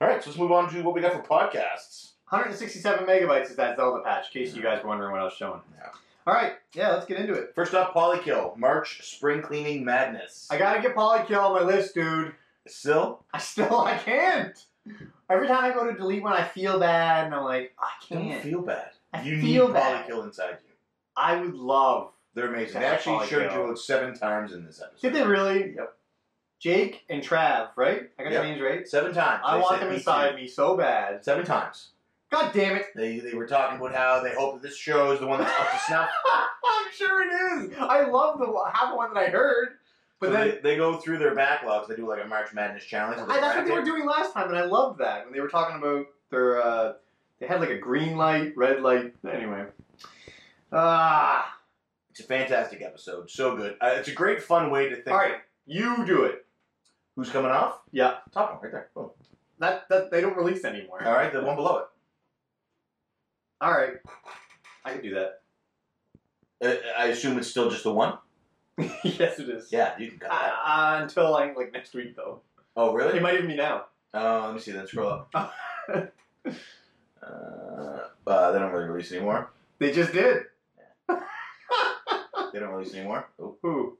Speaker 3: All right, so let's move on to what we got for podcasts.
Speaker 2: 167 megabytes is that Zelda patch, in case you guys were wondering what I was showing.
Speaker 3: Yeah.
Speaker 2: All right, yeah, let's get into it.
Speaker 3: First off, Polykill March Spring Cleaning Madness.
Speaker 2: I gotta get Polykill on my list, dude.
Speaker 3: Still,
Speaker 2: I still, [LAUGHS] I can't. Every time I go to delete one, I feel bad, and I'm like, "Oh, I
Speaker 3: don't
Speaker 2: can't.
Speaker 3: feel bad.
Speaker 2: I
Speaker 3: you
Speaker 2: feel
Speaker 3: need
Speaker 2: bad.
Speaker 3: Polykill inside you.
Speaker 2: I would love.
Speaker 3: They're amazing.
Speaker 2: Yeah,
Speaker 3: They actually showed
Speaker 2: Polykill.
Speaker 3: you about seven times in this episode.
Speaker 2: Did they really?
Speaker 3: Yep.
Speaker 2: Jake and Trav, right? I got
Speaker 3: Yep.
Speaker 2: their names right.
Speaker 3: Seven times.
Speaker 2: I
Speaker 3: They
Speaker 2: want
Speaker 3: said
Speaker 2: them
Speaker 3: me
Speaker 2: inside
Speaker 3: too.
Speaker 2: me so bad.
Speaker 3: Seven times.
Speaker 2: God damn it! [LAUGHS]
Speaker 3: They, they were talking about how they hope that this show is the one that's up to snuff.
Speaker 2: I'm sure it is. I love the one- half one that I heard, [LAUGHS] but
Speaker 3: So
Speaker 2: then
Speaker 3: they, they go through their backlogs. They do like a March Madness challenge.
Speaker 2: I, that's what they were doing last time, and I loved that when they were talking about their. Uh, they had like a green light, red light. Anyway, ah,
Speaker 3: It's a fantastic episode. So good. Uh, it's a great, fun way to think.
Speaker 2: all right, you do it.
Speaker 3: Who's coming off?
Speaker 2: Yeah.
Speaker 3: Top one right there. Boom.
Speaker 2: That that they don't release anymore.
Speaker 3: All right, the one below
Speaker 2: All right, I can do that. [LAUGHS]
Speaker 3: it. Uh, I assume it's still just the one.
Speaker 2: yes, it is.
Speaker 3: Yeah, you can cut that.
Speaker 2: Uh, until like like next week though.
Speaker 3: Oh, really?
Speaker 2: It might even be now.
Speaker 3: Uh, let me see. Then scroll
Speaker 2: [LAUGHS]
Speaker 3: up. uh, uh, they don't really release anymore.
Speaker 2: They just did.
Speaker 3: They don't release anymore. Oh,
Speaker 2: Who?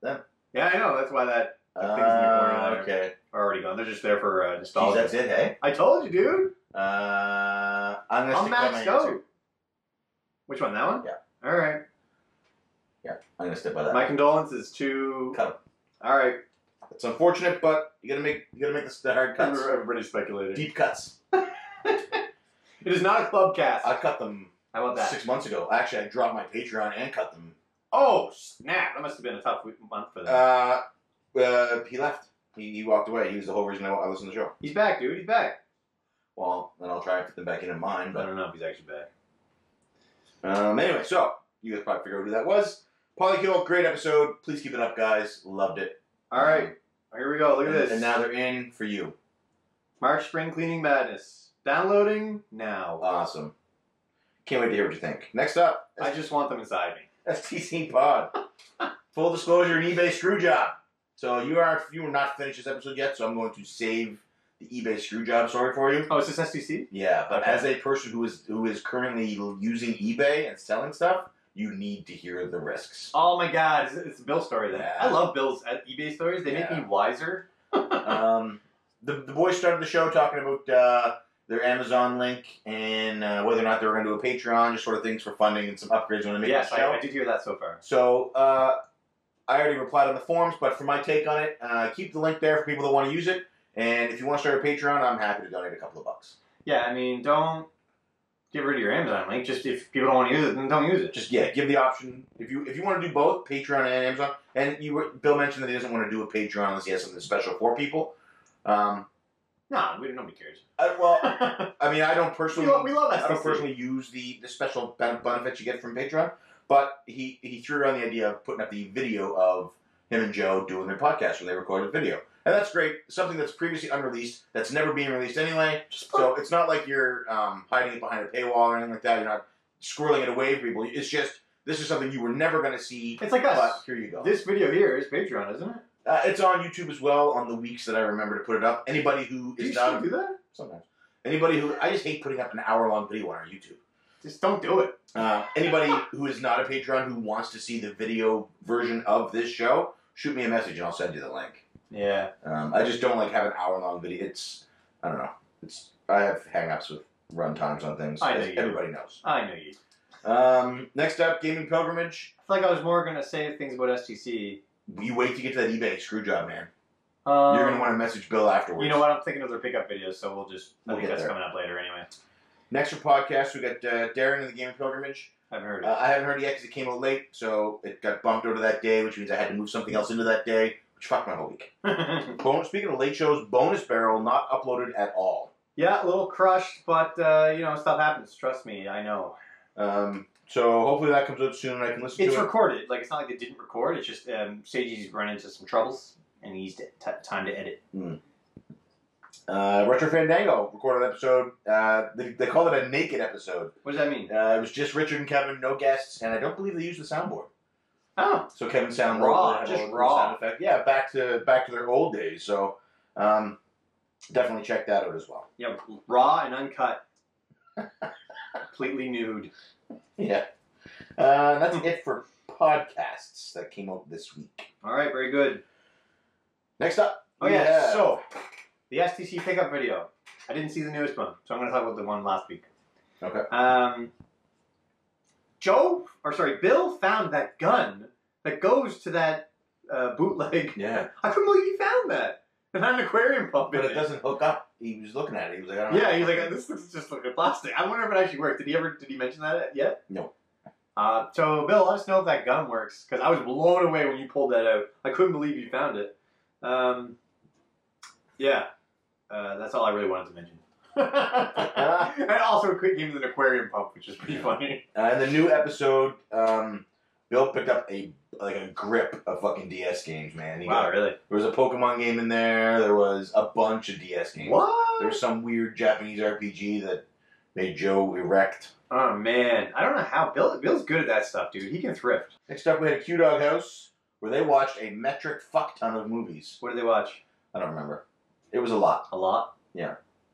Speaker 3: Them.
Speaker 2: Yeah, I know. That's why that That thing's in the corner
Speaker 3: uh,
Speaker 2: there.
Speaker 3: okay.
Speaker 2: are already gone. They're just there for uh,
Speaker 3: Geez,
Speaker 2: nostalgia.
Speaker 3: that's it, hey.
Speaker 2: I told you, dude.
Speaker 3: Uh, I'm gonna
Speaker 2: I'm
Speaker 3: stick by my
Speaker 2: maxed
Speaker 3: answer.
Speaker 2: out. Which one? That one?
Speaker 3: Yeah.
Speaker 2: All right.
Speaker 3: I'm gonna stick by that.
Speaker 2: My condolences to.
Speaker 3: Cut 'em.
Speaker 2: All right,
Speaker 3: It's unfortunate, but you gotta make you gotta make this the hard cuts,
Speaker 2: everybody's speculating.
Speaker 3: deep cuts.
Speaker 2: It is not a club cast.
Speaker 3: I cut them
Speaker 2: How about that?
Speaker 3: six months ago. Actually, I dropped my Patreon and cut them.
Speaker 2: Oh snap! That must have been a tough week, month for them.
Speaker 3: Uh, uh he left. He, he walked away. He was the whole reason I, I listened to the show.
Speaker 2: he's back, dude. He's back.
Speaker 3: Well, then I'll try and put them back into mine.
Speaker 2: I
Speaker 3: But
Speaker 2: don't know if he's actually back.
Speaker 3: um, anyway, so you guys probably figured out who that was. Polykill, great episode. Please keep it up, guys. Loved it.
Speaker 2: All right, Oh, here we go. Look
Speaker 3: and,
Speaker 2: at this.
Speaker 3: and now they're in for you.
Speaker 2: March Spring Cleaning Madness downloading now.
Speaker 3: Awesome. Can't wait to hear what you think. Next up,
Speaker 2: I just want them inside me.
Speaker 3: FTC
Speaker 2: [LAUGHS]
Speaker 3: Pod. Full disclosure, an eBay screw job. So you are you were not finished this episode yet, so I'm going to save the eBay screw job story for you.
Speaker 2: Oh, is this STC?
Speaker 3: Yeah, but
Speaker 2: Okay.
Speaker 3: as a person who is who is currently using eBay and selling stuff, you need to hear the
Speaker 2: [LAUGHS]
Speaker 3: risks.
Speaker 2: Oh my God, it's, it's a Bill story. Then
Speaker 3: Yeah.
Speaker 2: I love Bill's uh, eBay stories. They
Speaker 3: Yeah.
Speaker 2: make me wiser.
Speaker 3: um, the the boys started the show talking about uh, their Amazon link and uh, whether or not they were going to do a Patreon, just sort of things for funding and some upgrades when they make
Speaker 2: Yes,
Speaker 3: the show.
Speaker 2: I, I did hear that so far.
Speaker 3: So uh, I already replied on the forums, but for my take on it, uh, keep the link there for people that want to use it. And if you want to start a Patreon, I'm happy to donate a couple of bucks.
Speaker 2: Yeah, I mean, don't get rid of your Amazon link. Just if people don't want to use it, then don't use it.
Speaker 3: Just yeah, give the option if you if you want to do both Patreon and Amazon. And you were- Bill mentioned that he doesn't want to do a Patreon unless he has something special for people. Um,
Speaker 2: no, we, nobody cares. [LAUGHS]
Speaker 3: I, well, I mean, I don't
Speaker 2: we,
Speaker 3: personally.
Speaker 2: lo- we love
Speaker 3: I
Speaker 2: SDC.
Speaker 3: don't personally use the, the special ben- benefits you get from Patreon, but he, he threw around the idea of putting up the video of him and Joe doing their podcast where they recorded the video. And that's great. Something that's previously unreleased, that's never being released anyway.
Speaker 2: Just put-
Speaker 3: So it's not like you're um, hiding it behind a paywall or anything like that. You're not squirreling it away from people. It's just, this is something you were never going to see,
Speaker 2: it's like
Speaker 3: but
Speaker 2: us.
Speaker 3: here you go.
Speaker 2: This video here is Patreon, isn't it?
Speaker 3: uh, it's on YouTube as well on the weeks that I remember to put it up. Anybody who
Speaker 2: Do you
Speaker 3: is
Speaker 2: still
Speaker 3: not.
Speaker 2: do that?
Speaker 3: Sometimes. Anybody who. I just hate putting up an hour long video on our YouTube.
Speaker 2: Just don't do it.
Speaker 3: Uh, anybody who is not a patron who wants to see the video version of this show, shoot me a message and I'll send you the link.
Speaker 2: Yeah.
Speaker 3: Um, I just don't like have an hour long video. It's I don't know. It's I have hangups with run times on things.
Speaker 2: I know
Speaker 3: as
Speaker 2: you do.
Speaker 3: everybody knows.
Speaker 2: I know you.
Speaker 3: Um, next up, gaming pilgrimage.
Speaker 2: I feel like I was more gonna say things about STC.
Speaker 3: You wait to get to that eBay screw job, man.
Speaker 2: Um,
Speaker 3: You're gonna want to message Bill afterwards.
Speaker 2: You know what? I'm thinking of their pickup videos, so we'll just. I
Speaker 3: We'll
Speaker 2: think
Speaker 3: get
Speaker 2: that's
Speaker 3: there.
Speaker 2: coming up later anyway.
Speaker 3: Next for podcast, we got uh, Darren in the gaming pilgrimage.
Speaker 2: I've heard
Speaker 3: Uh, I haven't heard it yet because it came out late, so it got bumped over to that day, which means I had to move something else into that day, which fucked my whole week.
Speaker 2: it.
Speaker 3: Bon- speaking of late shows, Bonus Barrel not uploaded at all.
Speaker 2: [LAUGHS] yeah, a little crushed, but uh, you know stuff happens. Trust me, I know.
Speaker 3: Um, so hopefully that comes out soon and I can listen
Speaker 2: It's
Speaker 3: to it.
Speaker 2: recorded. Like it's not like it didn't record. It's just um, Seiji's run into some troubles, and he's t- t- time to edit.
Speaker 3: Uh, Retro Fandango recorded an episode. Uh, they, they called it a naked episode.
Speaker 2: What does that mean?
Speaker 3: Uh, it was just Richard and Kevin, no guests, and I don't believe they used the soundboard.
Speaker 2: Oh,
Speaker 3: So Kevin sound
Speaker 2: Raw,
Speaker 3: rolled it, had
Speaker 2: just
Speaker 3: all the
Speaker 2: raw.
Speaker 3: sound effect. Yeah, back to back to their old days. So um, definitely check that out as well.
Speaker 2: yeah, raw and uncut, [LAUGHS] completely nude.
Speaker 3: Yeah, uh,
Speaker 2: Hmm.
Speaker 3: that's it for podcasts that came out this week.
Speaker 2: All right, very good.
Speaker 3: Next up,
Speaker 2: Oh
Speaker 3: we
Speaker 2: yeah,
Speaker 3: have-
Speaker 2: so the STC pickup video. I didn't see the newest one, so I'm going to talk about the one last week.
Speaker 3: Okay.
Speaker 2: Um, Joe, or sorry, Bill found that gun that goes to that uh, bootleg. [LAUGHS]
Speaker 3: yeah.
Speaker 2: I couldn't believe he found that. It had an aquarium pump in
Speaker 3: But it doesn't hook up. He was looking at it. He was like, I don't know.
Speaker 2: Yeah, he's like, this looks just like a plastic. I wonder if it actually worked. Did he ever? Did he mention that yet?
Speaker 3: No.
Speaker 2: Uh, so Bill, let us know if that gun works because I was blown away when you pulled that out. I couldn't believe you found it. Um, yeah, uh, that's all I really wanted to mention. [LAUGHS] and also, it came with an aquarium pump, which is pretty funny.
Speaker 3: Uh, in the new episode, um, Bill picked up a like a grip of fucking DS games, man. He got-
Speaker 2: really?
Speaker 3: there was a Pokemon game in there. There was a bunch of DS games.
Speaker 2: What?
Speaker 3: There was some weird Japanese RPG that made Joe erect.
Speaker 2: Oh man, I don't know how Bill. Bill's good at that stuff, dude. He can thrift.
Speaker 3: Next up, we had Q Dog House, where they watched a metric fuck ton of movies.
Speaker 2: What do they watch?
Speaker 3: I don't remember. It was a lot.
Speaker 2: A lot.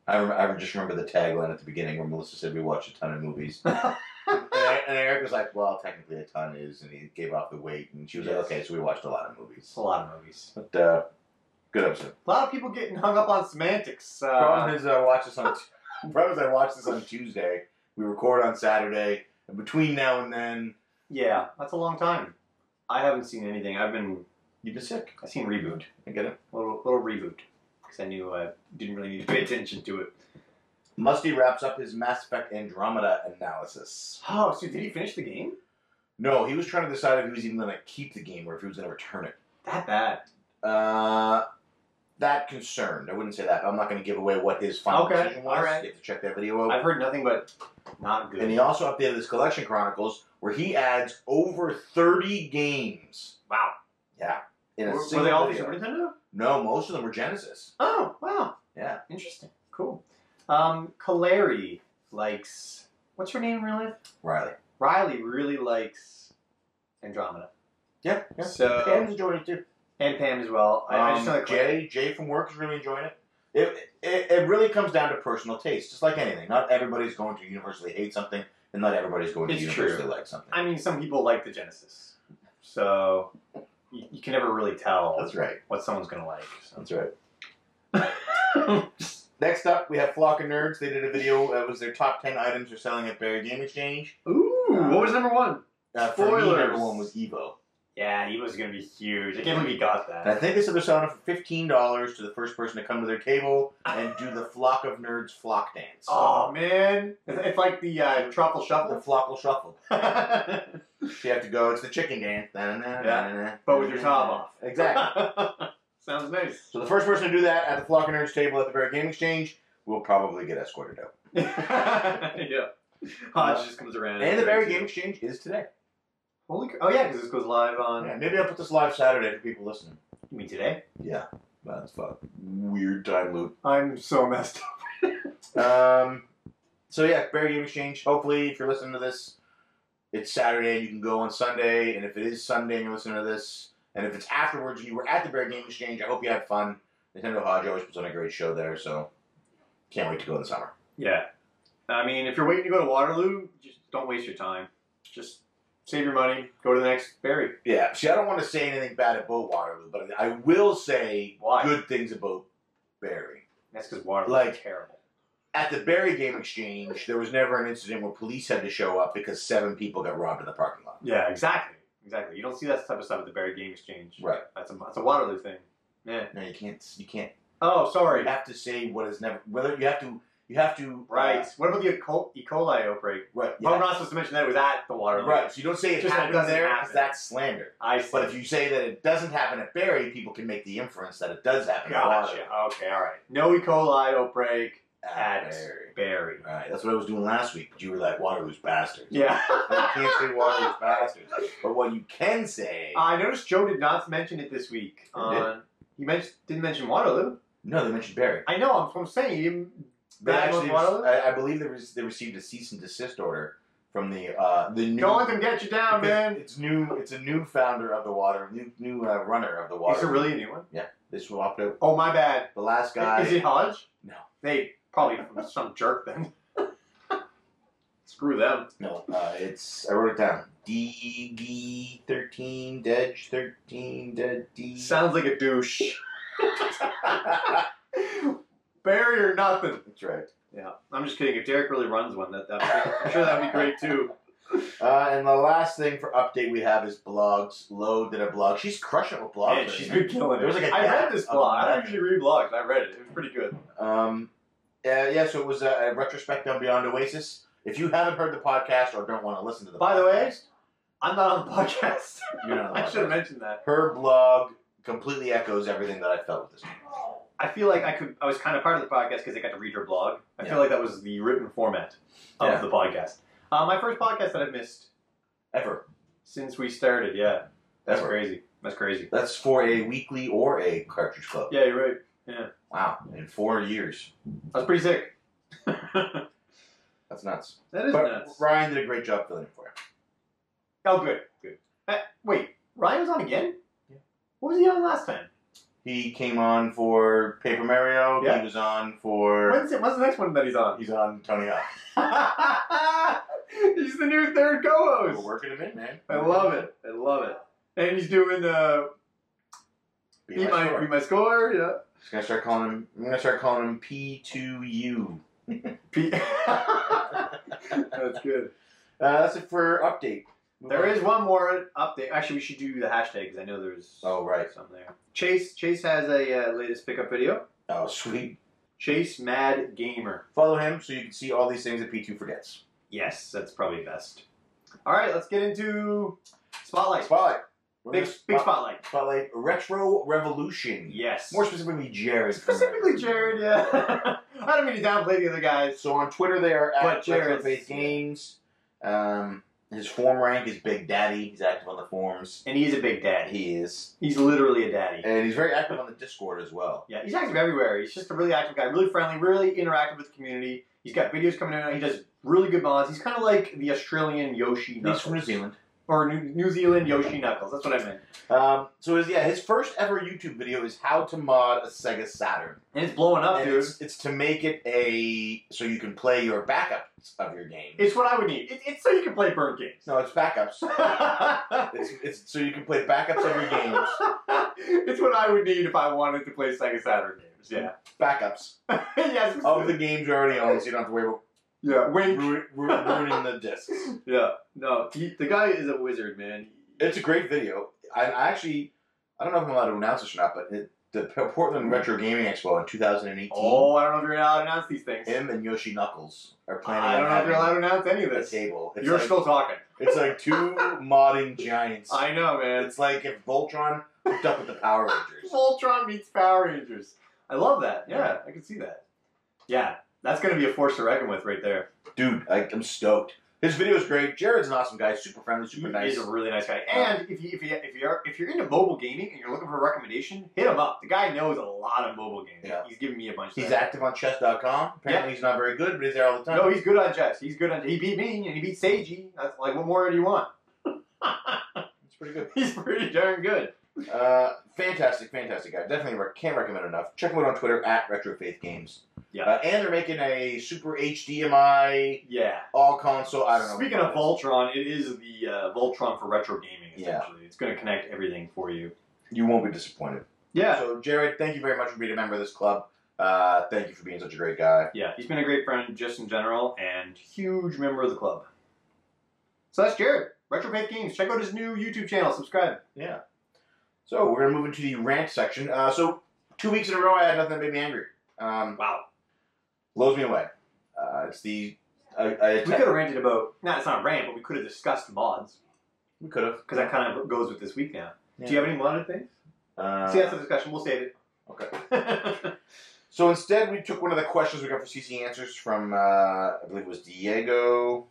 Speaker 3: I, rem- I just remember the tagline at the beginning where Melissa said we watched a ton of
Speaker 2: [LAUGHS]
Speaker 3: movies. and, I- and Eric was like, "Well, technically, a ton is," and he gave off the weight, and she was like,
Speaker 2: Yes.
Speaker 3: "Okay, so we watched a lot of
Speaker 2: It's
Speaker 3: movies."
Speaker 2: a lot of movies.
Speaker 3: But uh, good episode.
Speaker 2: A lot of people getting hung up on semantics. Uh,
Speaker 3: problem is, I watched this on. T- problem is, I watched this on Tuesday. We record on Saturday, and between now and then,
Speaker 2: Yeah, that's a long time. I haven't seen anything. I've been
Speaker 3: you've been sick.
Speaker 2: I've seen reboot,
Speaker 3: I get it.
Speaker 2: a little, little reboot, because I knew I didn't really need to pay attention to it.
Speaker 3: Musty wraps up his Mass Effect Andromeda analysis.
Speaker 2: Oh, so did he finish the game?
Speaker 3: No, he was trying to decide if he was even going to keep the game or if he was going to return it.
Speaker 2: That bad?
Speaker 3: Uh, that concerned. I wouldn't say that. But I'm not going to give away what his final
Speaker 2: Okay,
Speaker 3: decision was.
Speaker 2: all right.
Speaker 3: You have to check that video out.
Speaker 2: I've heard nothing but not good.
Speaker 3: And he also updated his collection chronicles where he adds over 30 games
Speaker 2: wow.
Speaker 3: in a
Speaker 2: Were, were
Speaker 3: single
Speaker 2: they all
Speaker 3: video.
Speaker 2: Super Nintendo?
Speaker 3: No, most of them were Genesis.
Speaker 2: Oh, wow.
Speaker 3: Yeah.
Speaker 2: Interesting. Cool. Um, Kaleri likes. What's her name in real life?
Speaker 3: Riley.
Speaker 2: Riley really likes Andromeda.
Speaker 3: Yeah. yeah.
Speaker 2: So
Speaker 3: Pam's enjoying it too.
Speaker 2: and Pam as well. I, I just know
Speaker 3: Um,
Speaker 2: that Claire-
Speaker 3: Jay, Jay from work is really enjoying it. It, it. it really comes down to personal taste, just like anything. Not everybody's going to universally hate something, and not everybody's going to
Speaker 2: It's true.
Speaker 3: universally like something.
Speaker 2: I mean, some people like the Genesis, so you, you can never really tell
Speaker 3: That's right.
Speaker 2: what someone's gonna like. So.
Speaker 3: That's right.
Speaker 2: [LAUGHS]
Speaker 3: Next up, we have Flock of Nerds. They did a video that was their top 10 items they're selling at Barry Game Exchange.
Speaker 2: Ooh, what was number one?
Speaker 3: Uh, for me,
Speaker 2: Spoilers.
Speaker 3: number one was Evo.
Speaker 2: Yeah, he was going to be huge. I can't believe he got that.
Speaker 3: And I think they said they're selling it for fifteen dollars to the first person to come to their table and do the flock of nerds flock dance.
Speaker 2: oh man, it's, it's like the uh, truffle
Speaker 3: The
Speaker 2: shuffle.
Speaker 3: flockle shuffle.
Speaker 2: [LAUGHS] but
Speaker 3: So you have to go. It's the chicken dance. Yeah.
Speaker 2: with your top off. [LAUGHS]
Speaker 3: Exactly.
Speaker 2: Sounds nice.
Speaker 3: So the first person to do that at the flock of nerds table at the Bear Game Exchange will probably get escorted out.
Speaker 2: [LAUGHS] yeah. Hodge just comes around.
Speaker 3: And the Barry Game Exchange is today.
Speaker 2: Holy cr- oh yeah, because this goes live on.
Speaker 3: Yeah, maybe I'll put this live Saturday for people listening.
Speaker 2: You mean today?
Speaker 3: Yeah, that's fuck weird time loop.
Speaker 2: I'm so messed up.
Speaker 3: Um, so yeah, Barry Game Exchange. Hopefully, if you're listening to this, it's Saturday and you can go on Sunday. And if it is Sunday and you're listening to this, and if it's afterwards and you were at the Barry Game Exchange, I hope you had fun. Nintendo Hodge always puts on a great show there, so can't wait to go in the summer.
Speaker 2: Yeah. I mean, if you're waiting to go to Waterloo, just don't waste your time. Just save your money. Go to the next Barry.
Speaker 3: Yeah. See, I don't want to say anything bad about Waterloo, but I will say
Speaker 2: Why?
Speaker 3: good things about Barry.
Speaker 2: That's because Waterloo
Speaker 3: Like-
Speaker 2: is terrible.
Speaker 3: At the Barry Game Exchange, there was never an incident where police had to show up because seven people got robbed in the parking lot.
Speaker 2: Yeah, exactly. Exactly. You don't see that type of stuff at the Barry Game Exchange.
Speaker 3: Right.
Speaker 2: That's a that's a Waterloo thing. Yeah.
Speaker 3: No, you can't. You can't.
Speaker 2: Oh, sorry.
Speaker 3: You have to say what is never. Whether you have to. You have to.
Speaker 2: Right.
Speaker 3: uh,
Speaker 2: What about the E. col- E. coli outbreak?
Speaker 3: right.
Speaker 2: Oh, we're
Speaker 3: Yeah.
Speaker 2: not supposed to mention that it was at the Waterloo.
Speaker 3: Right. So you don't say it
Speaker 2: Just that
Speaker 3: happened
Speaker 2: it doesn't
Speaker 3: there because
Speaker 2: happen.
Speaker 3: that's slander.
Speaker 2: I see.
Speaker 3: But if you say that it doesn't happen at Barry, people can make the inference that it does happen. at
Speaker 2: Gotcha.
Speaker 3: Waterloo.
Speaker 2: Okay, all right. No E. coli outbreak
Speaker 3: At
Speaker 2: at
Speaker 3: Barry.
Speaker 2: Barry.
Speaker 3: Right. That's what I was doing last week. But you were like Waterloo's bastards. [LAUGHS]
Speaker 2: Yeah.
Speaker 3: you can't say Waterloo's bastards. But what you can say.
Speaker 2: I noticed Joe did not mention it this week.
Speaker 3: He
Speaker 2: On, he mentioned, didn't mention Waterloo.
Speaker 3: no, they mentioned Barry.
Speaker 2: I know, I'm, I'm saying. He didn't-
Speaker 3: They
Speaker 2: Bad
Speaker 3: actually,
Speaker 2: with Waterloo?
Speaker 3: I, I believe they, re- they received a cease and desist order from the uh, the new.
Speaker 2: Don't let them get you down,
Speaker 3: because
Speaker 2: man.
Speaker 3: It's new. It's a new founder of the water, new new uh, runner of the water.
Speaker 2: Is it really a new one?
Speaker 3: They swapped out
Speaker 2: Oh, my bad.
Speaker 3: the last guy.
Speaker 2: Is it Hodge?
Speaker 3: No.
Speaker 2: They probably from [LAUGHS] some jerk then. Screw them.
Speaker 3: No, uh, it's I wrote it down. D G thirteen Dej thirteen Dej D.
Speaker 2: Sounds like a douche. [LAUGHS] Barry or nothing.
Speaker 3: That's right.
Speaker 2: Yeah, I'm just kidding. If Derek really runs one, that that I'm sure that'd be great [LAUGHS] too.
Speaker 3: Uh, and the last thing for update we have is blogs. Lo did a blog. She's crushing it with blogs.
Speaker 2: Man,
Speaker 3: right
Speaker 2: she's
Speaker 3: now.
Speaker 2: been killing it.
Speaker 3: There was like a
Speaker 2: I
Speaker 3: gap
Speaker 2: read this
Speaker 3: of
Speaker 2: blog. I don't
Speaker 3: nine.
Speaker 2: usually read blogs. I read it. It was pretty good.
Speaker 3: Um, uh, yeah, so it was a, a retrospect on Beyond Oasis. If you haven't heard the podcast or don't want to listen to the
Speaker 2: By the way,
Speaker 3: podcast,
Speaker 2: I'm not on the [LAUGHS] podcast.
Speaker 3: you're not on the
Speaker 2: I should have
Speaker 3: podcast.
Speaker 2: mentioned that.
Speaker 3: her blog completely echoes everything that I felt with this. game.
Speaker 2: I feel like I could. I was kind of part of the podcast because I got to read her blog. I
Speaker 3: Yeah.
Speaker 2: feel like that was the written format of
Speaker 3: Yeah.
Speaker 2: the podcast. Uh, my first podcast that I've missed
Speaker 3: Ever.
Speaker 2: since we started. Yeah, that's
Speaker 3: Ever.
Speaker 2: crazy. That's crazy.
Speaker 3: That's for a weekly or a cartridge club.
Speaker 2: Yeah, you're right.
Speaker 3: Wow, in four years.
Speaker 2: That's pretty sick. [LAUGHS] that
Speaker 3: That's nuts.
Speaker 2: is
Speaker 3: but
Speaker 2: nuts.
Speaker 3: Ryan did a great job filling it for you.
Speaker 2: Oh, good, good. Uh, wait, Ryan was on again?
Speaker 3: Yeah.
Speaker 2: What was he on last time?
Speaker 3: He came on for Paper Mario.
Speaker 2: Yeah.
Speaker 3: He was on for.
Speaker 2: When's, it, when's the next one that he's on? [LAUGHS]
Speaker 3: He's on Tony Hawk.
Speaker 2: he's the new third
Speaker 3: We're
Speaker 2: co-host.
Speaker 3: working him in, man.
Speaker 2: I love it. I love it. And he's doing uh,
Speaker 3: Be
Speaker 2: be
Speaker 3: my
Speaker 2: my
Speaker 3: Score.
Speaker 2: be my score. Yeah.
Speaker 3: Just gonna start calling him. I'm gonna start calling him P2U.
Speaker 2: [LAUGHS] P- That's good.
Speaker 3: Uh, that's it for update.
Speaker 2: There is one more update. Actually, we should do the hashtag because I know there's
Speaker 3: Oh right.
Speaker 2: some there. Chase Chase has a uh, latest pickup video.
Speaker 3: Oh sweet.
Speaker 2: Chase Mad Gamer.
Speaker 3: Follow him so you can see all these things that P2 forgets.
Speaker 2: Yes, that's probably best. All right, let's get into spotlight.
Speaker 3: Spotlight. We're
Speaker 2: Big,
Speaker 3: gonna
Speaker 2: big
Speaker 3: spot-
Speaker 2: spotlight.
Speaker 3: Spotlight. Retro Revolution.
Speaker 2: Yes.
Speaker 3: More specifically, Jared. from
Speaker 2: specifically,
Speaker 3: Retro
Speaker 2: Jared. Yeah. [LAUGHS] I don't mean to downplay the other
Speaker 3: Revolution.
Speaker 2: guys.
Speaker 3: So on Twitter, they are
Speaker 2: But
Speaker 3: at
Speaker 2: Jared's-
Speaker 3: Retroface Games. Um, his form rank is Big Daddy. He's active on the forums.
Speaker 2: And he's a big daddy.
Speaker 3: He is,
Speaker 2: He's literally a daddy.
Speaker 3: and he's very active on the Discord as well.
Speaker 2: Yeah, he's active everywhere. He's just a really active guy, really friendly, really interactive with the community. He's got videos coming out. He does really good mods. He's kind of like the Australian Yoshi
Speaker 3: He's
Speaker 2: Knuckles.
Speaker 3: from New Zealand.
Speaker 2: Or New, New Zealand Yoshi Knuckles. That's what I meant.
Speaker 3: Um, so his, yeah, his first ever YouTube video is how to mod a Sega Saturn.
Speaker 2: And it's blowing up,
Speaker 3: And
Speaker 2: dude.
Speaker 3: it's, it's to make it a so you can play your backups of your game.
Speaker 2: It's what I would need. It, it's so you can play burn games.
Speaker 3: no, it's backups.
Speaker 2: [LAUGHS]
Speaker 3: it's, it's so you can play backups of your games.
Speaker 2: [LAUGHS] it's what I would need if I wanted to play Sega Saturn games. Yeah.
Speaker 3: Backups
Speaker 2: [LAUGHS] yes.
Speaker 3: of the games you already own, so you don't have to worry about
Speaker 2: yeah. Wink.
Speaker 3: ru- ru- ruining the discs.
Speaker 2: Yeah. No. He, the guy is a wizard, man.
Speaker 3: It's a great video. I, I actually, I don't know if I'm allowed to announce this or not, but it, the Portland Retro Gaming Expo in 2018,
Speaker 2: Oh, I don't know if you're allowed to announce these things.
Speaker 3: him and Yoshi Knuckles are planning
Speaker 2: I don't
Speaker 3: on
Speaker 2: know if
Speaker 3: having
Speaker 2: you're allowed to announce any of
Speaker 3: a
Speaker 2: this.
Speaker 3: table. It's
Speaker 2: You're
Speaker 3: like,
Speaker 2: still talking.
Speaker 3: it's like
Speaker 2: [LAUGHS]
Speaker 3: two modding giants.
Speaker 2: I know, man.
Speaker 3: It's like if Voltron hooked up with the Power Rangers.
Speaker 2: Voltron meets Power Rangers. I love that. Yeah, I can see that. Yeah, that's going to be a force to reckon with right there.
Speaker 3: Dude, I, I'm stoked. His video is great. Jared's an awesome guy. Super friendly, super nice.
Speaker 2: He's a really nice guy. And if you if you if you're if you're into mobile gaming and you're looking for a recommendation, hit him up. The guy knows a lot of mobile games.
Speaker 3: Yeah.
Speaker 2: He's giving me a bunch.
Speaker 3: He's
Speaker 2: of that.
Speaker 3: active on chess.com. Apparently, he's not very good, but he's there all the time.
Speaker 2: No, he's good on chess. He's good on. He beat me and he beat Seiji. That's like what more do you want? [LAUGHS]
Speaker 3: It's pretty good.
Speaker 2: He's pretty darn good.
Speaker 3: Uh, fantastic, fantastic guy. Definitely re- can't recommend enough. Check him out on Twitter at RetroFaith Games.
Speaker 2: Yeah.
Speaker 3: Uh, and they're making a super HDMI
Speaker 2: Yeah.
Speaker 3: all console. I don't know.
Speaker 2: Speaking
Speaker 3: what
Speaker 2: of
Speaker 3: that is.
Speaker 2: Voltron, it is the uh, Voltron for retro gaming.
Speaker 3: Yeah.
Speaker 2: Essentially, it's going to connect everything for you.
Speaker 3: you won't be disappointed.
Speaker 2: Yeah.
Speaker 3: So, Jared, thank you very much for being a member of this club. Uh, thank you for being such a great guy.
Speaker 2: Yeah, he's been a great friend just in general and huge member of the club. So that's Jared, Retropath Games. Check out his new YouTube channel. Subscribe.
Speaker 3: Yeah. So we're gonna move into the rant section. Uh, so two weeks in a row, I had nothing that made me angry. Um,
Speaker 2: Wow.
Speaker 3: blows me away. Uh, it's the I, I
Speaker 2: We could have ranted about, not it's not a rant, but we could have discussed mods
Speaker 3: we could have.
Speaker 2: because that kind of goes with this week now. Do you
Speaker 3: Yeah.
Speaker 2: have any modded things?
Speaker 3: Uh,
Speaker 2: See, that's a discussion. We'll save it. [LAUGHS]
Speaker 3: okay.
Speaker 2: okay.
Speaker 3: So instead, we took one of the questions we got for CC answers from uh, I believe it was Diego.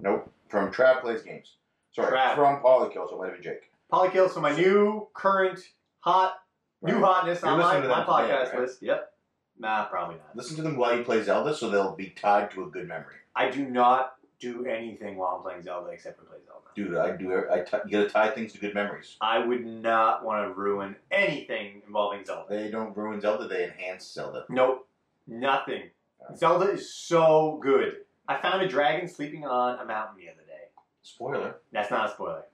Speaker 3: Nope, from Trav plays games. Sorry,
Speaker 2: Trav.
Speaker 3: from Polykill, so it might have been Jake.
Speaker 2: Polykill, so my new current hot, new hotness
Speaker 3: You're
Speaker 2: on my,
Speaker 3: listening to
Speaker 2: my
Speaker 3: them today,
Speaker 2: podcast
Speaker 3: right?
Speaker 2: list. Yep. Nah, probably not.
Speaker 3: Listen to them while you play Zelda, so they'll be tied to a good memory.
Speaker 2: I do not do anything while I'm playing Zelda except for play Zelda.
Speaker 3: Dude, I do. I t- you gotta tie things to good memories.
Speaker 2: I would not want to ruin anything involving Zelda.
Speaker 3: They don't ruin Zelda; they enhance Zelda.
Speaker 2: Nope. Nothing.
Speaker 3: Yeah.
Speaker 2: Zelda is so good. I found a dragon sleeping on a mountain the other day.
Speaker 3: Spoiler. [LAUGHS]
Speaker 2: That's not a spoiler.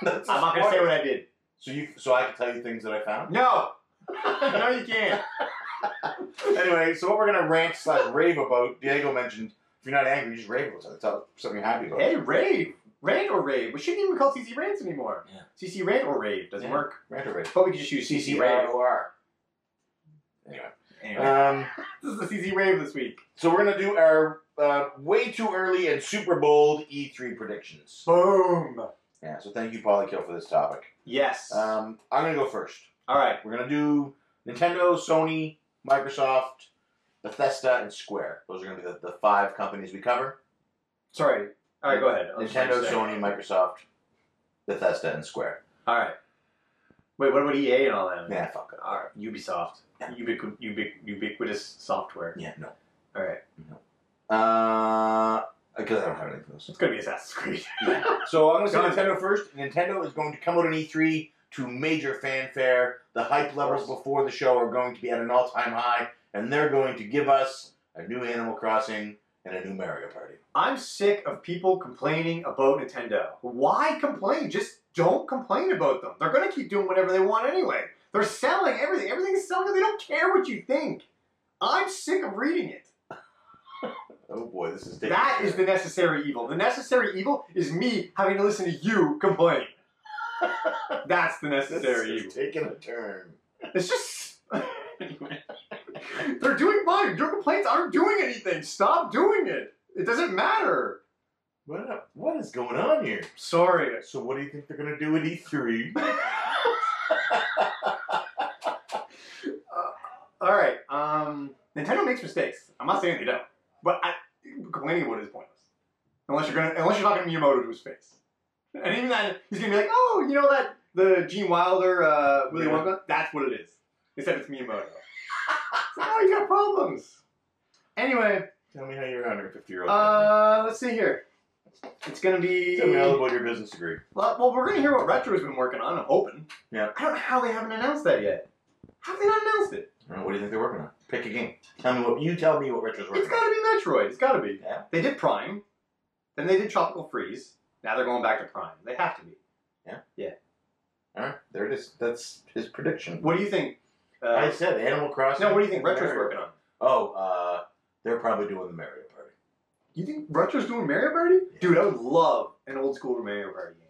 Speaker 3: That's
Speaker 2: I'm not going to say what I did.
Speaker 3: So you, so I can tell you things that I
Speaker 2: [LAUGHS]
Speaker 3: found.
Speaker 2: No! no, you can't.
Speaker 3: Anyway, so what we're gonna rant slash rave about? Diego mentioned if you're not angry, you just rave about something. Tell something you're happy about.
Speaker 2: Hey, rave. Rant or rave? We shouldn't even call CC rants anymore.
Speaker 3: Yeah.
Speaker 2: CC rant or rave doesn't
Speaker 3: Yeah.
Speaker 2: work.
Speaker 3: Rant or rave?
Speaker 2: But we could just use CC rave.
Speaker 3: R. Anyway,
Speaker 2: Anyway,
Speaker 3: um,
Speaker 2: this is the CC rave this week.
Speaker 3: so we're gonna do our uh, way too early and super bold E3 predictions.
Speaker 2: Boom.
Speaker 3: Yeah. So thank you, Polykill, for this topic.
Speaker 2: Yes.
Speaker 3: Um, I'm gonna go first.
Speaker 2: All right.
Speaker 3: We're gonna do Nintendo, Sony, Microsoft, Bethesda, and Square. Those are gonna be the, the five companies we cover.
Speaker 2: Sorry. All right, go ahead. I was just
Speaker 3: Nintendo,
Speaker 2: gonna say.
Speaker 3: Sony, Microsoft, Bethesda, and Square.
Speaker 2: All right. Wait, what about EA and all that?
Speaker 3: Yeah, fuck it.
Speaker 2: All right, Ubisoft, Ubiqu- ubiqu- ubiquitous software.
Speaker 3: Yeah, no.
Speaker 2: All right,
Speaker 3: Uh, because I don't have anything else.
Speaker 2: it's gonna be Assassin's Creed.
Speaker 3: So I'm gonna say
Speaker 2: Done.
Speaker 3: Nintendo first. Nintendo is going to come out on E3 to major fanfare. The hype levels before the show are going to be at an all-time high, and they're going to give us a new Animal Crossing and a new Mario Party.
Speaker 2: I'm sick of people complaining about Nintendo. Why complain? Just don't complain about them. They're gonna keep doing whatever they want anyway. They're selling everything. Everything's selling. They don't care what you think. I'm sick of reading it.
Speaker 3: Oh boy, this is taking
Speaker 2: That
Speaker 3: a
Speaker 2: is
Speaker 3: turn.
Speaker 2: the necessary evil. The necessary evil is me having to listen to you complain. [LAUGHS] That's the
Speaker 3: This
Speaker 2: necessary
Speaker 3: is
Speaker 2: evil.
Speaker 3: taking a turn.
Speaker 2: It's just. [LAUGHS] They're doing fine. Your complaints aren't doing anything. Stop doing it. It doesn't matter.
Speaker 3: What, what is going on here?
Speaker 2: Sorry.
Speaker 3: So what do you think they're gonna do E at E3?
Speaker 2: All right. Um, Nintendo makes mistakes. I'm not saying they don't, but I, complaining about it is pointless. Unless you're gonna, unless you're talking Miyamoto to his face, and even then, he's gonna be like, "Oh, you know that the Gene Wilder uh, Willy
Speaker 3: Yeah.
Speaker 2: Wonka? That's what it is." Except it's
Speaker 3: [LAUGHS]
Speaker 2: Miyamoto. so now you got problems. Anyway,
Speaker 3: Tell me how you're 150 year old.
Speaker 2: uh, let's see here. It's gonna be.
Speaker 3: Tell me all about your business degree.
Speaker 2: Well, well, we're gonna hear what Retro's been working on. I'm hoping.
Speaker 3: Yeah.
Speaker 2: I don't know how they haven't announced that yet. How have they not announced it?
Speaker 3: All right, what do you think they're working on? Pick a game. Tell me what you tell me what Richard's
Speaker 2: It's
Speaker 3: working on.
Speaker 2: gotta be Metroid. It's gotta be.
Speaker 3: Yeah.
Speaker 2: They did Prime, then they did Tropical Freeze. Now they're going back to Prime. They have to be.
Speaker 3: All right, there it is. That's his prediction.
Speaker 2: What do you think?
Speaker 3: I
Speaker 2: Uh,
Speaker 3: said Animal Crossing.
Speaker 2: no, what do you think Retro's
Speaker 3: Mario.
Speaker 2: working on?
Speaker 3: Oh, uh, they're probably doing the Mario Party. [LAUGHS]
Speaker 2: You think Retro's doing Mario Party? Dude, I would love an old school Mario Party game.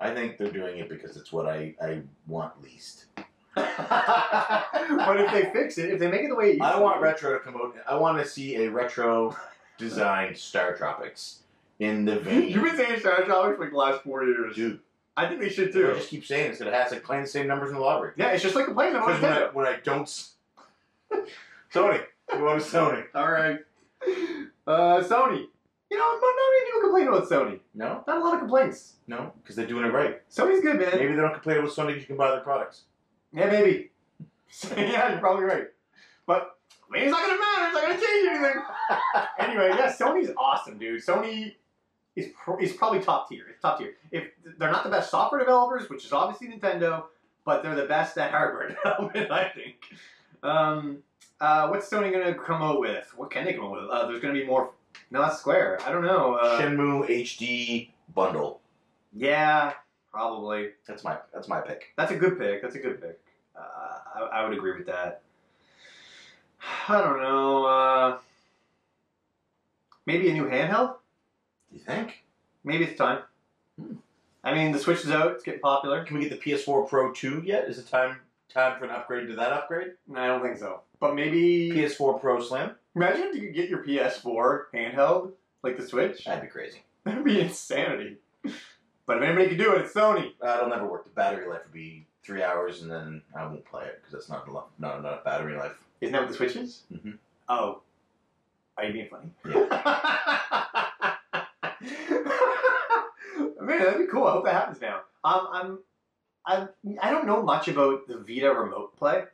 Speaker 3: I think they're doing it because it's what I, I want least.
Speaker 2: but if they fix it, if they make it the way it used
Speaker 3: I
Speaker 2: to
Speaker 3: want
Speaker 2: be-
Speaker 3: retro to come out. I want to see a retro designed Star Tropics in [LAUGHS] the vein.
Speaker 2: You've been saying Star Tropics for the last four years.
Speaker 3: Dude,
Speaker 2: I think they should
Speaker 3: I
Speaker 2: too.
Speaker 3: just keep saying it's going to have to playing the same numbers in the lottery.
Speaker 2: Yeah, it's just like the plane that
Speaker 3: Because
Speaker 2: always
Speaker 3: when
Speaker 2: did
Speaker 3: I,
Speaker 2: it.
Speaker 3: when I don't. s- Sony. You want a Sony?
Speaker 2: All right. Uh, Sony. You know, not, not many people complain about Sony.
Speaker 3: No,
Speaker 2: Not a lot of complaints.
Speaker 3: no, because they're doing it right.
Speaker 2: Sony's good, man.
Speaker 3: Maybe they don't complain about Sony 'cause you can buy their products.
Speaker 2: Yeah, maybe. [LAUGHS] yeah, you're probably right. But maybe it's not gonna matter. It's not gonna change anything. [LAUGHS] anyway, yeah, Sony's awesome, dude. Sony is pro- is probably top tier. It's top tier. If they're not the best software developers, which is obviously Nintendo, but they're the best at hardware [LAUGHS] development, I think. Um, uh, what's Sony gonna come out with? What can they come out with? Uh, there's gonna be more. No, that's Square. I don't know. Uh,
Speaker 3: Shenmue HD bundle.
Speaker 2: yeah, probably.
Speaker 3: That's my that's my pick.
Speaker 2: That's a good pick. That's a good pick. Uh, I, I would agree with that. I don't know. Uh, maybe a new handheld.
Speaker 3: You think?
Speaker 2: Maybe it's time. I mean, the Switch is out. It's getting popular.
Speaker 3: Can we get the PS4 Pro 2 yet? Is it time time for an upgrade to that upgrade?
Speaker 2: I don't think so. But maybe
Speaker 3: PS4 Pro Slim?
Speaker 2: imagine if you could get your PS4 handheld like the Switch.
Speaker 3: That'd be crazy.
Speaker 2: That'd be insanity. But if anybody could do it, it's Sony.
Speaker 3: Uh, it'll never work. The battery life would be three hours, and then I won't play it because that's not enough, not enough battery life.
Speaker 2: Isn't that what the Switch is?
Speaker 3: Mhm.
Speaker 2: Oh. Are you being funny? [LAUGHS] Man, that'd be cool. I hope that happens now. Um, I'm, I, I don't know much about the Vita remote play.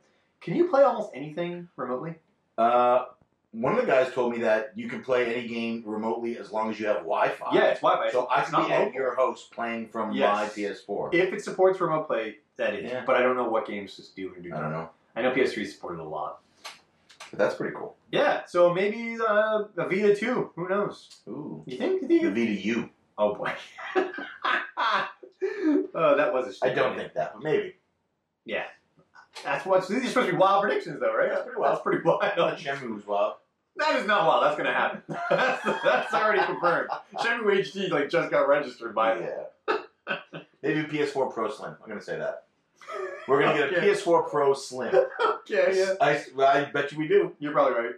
Speaker 2: Can you play almost anything remotely?
Speaker 3: Uh, one of the guys told me that you can play any game remotely as long as you have Wi-Fi.
Speaker 2: yeah, it's Wi-Fi.
Speaker 3: So I
Speaker 2: It's
Speaker 3: could
Speaker 2: not
Speaker 3: be at
Speaker 2: local.
Speaker 3: your house playing from my
Speaker 2: Yes.
Speaker 3: PS4.
Speaker 2: If it supports remote play, that is.
Speaker 3: Yeah.
Speaker 2: But I don't know what games just do and do
Speaker 3: I
Speaker 2: not.
Speaker 3: don't know,
Speaker 2: I know PS3 supported a lot.
Speaker 3: but that's pretty cool.
Speaker 2: Yeah, so maybe uh, a Vita too. Who knows?
Speaker 3: Ooh,
Speaker 2: You think? You
Speaker 3: the
Speaker 2: think?
Speaker 3: Vita U.
Speaker 2: Oh boy. [LAUGHS] oh, that was a.
Speaker 3: I
Speaker 2: shame.
Speaker 3: don't think that, but maybe.
Speaker 2: Yeah. That's what these are supposed to be wild predictions, though, right?
Speaker 3: That's pretty wild.
Speaker 2: That's pretty wild.
Speaker 3: Shenmue as well.
Speaker 2: That is not wild. That's going to happen. [LAUGHS] That's, that's already confirmed. Shenmue HD like just got registered by
Speaker 3: yeah. [LAUGHS] maybe PS4 Pro Slim. I'm gonna say that. We're gonna get a
Speaker 2: [LAUGHS] Okay.
Speaker 3: PS4 Pro Slim.
Speaker 2: Okay, [LAUGHS] yeah.
Speaker 3: I, I bet you we do.
Speaker 2: You're probably right.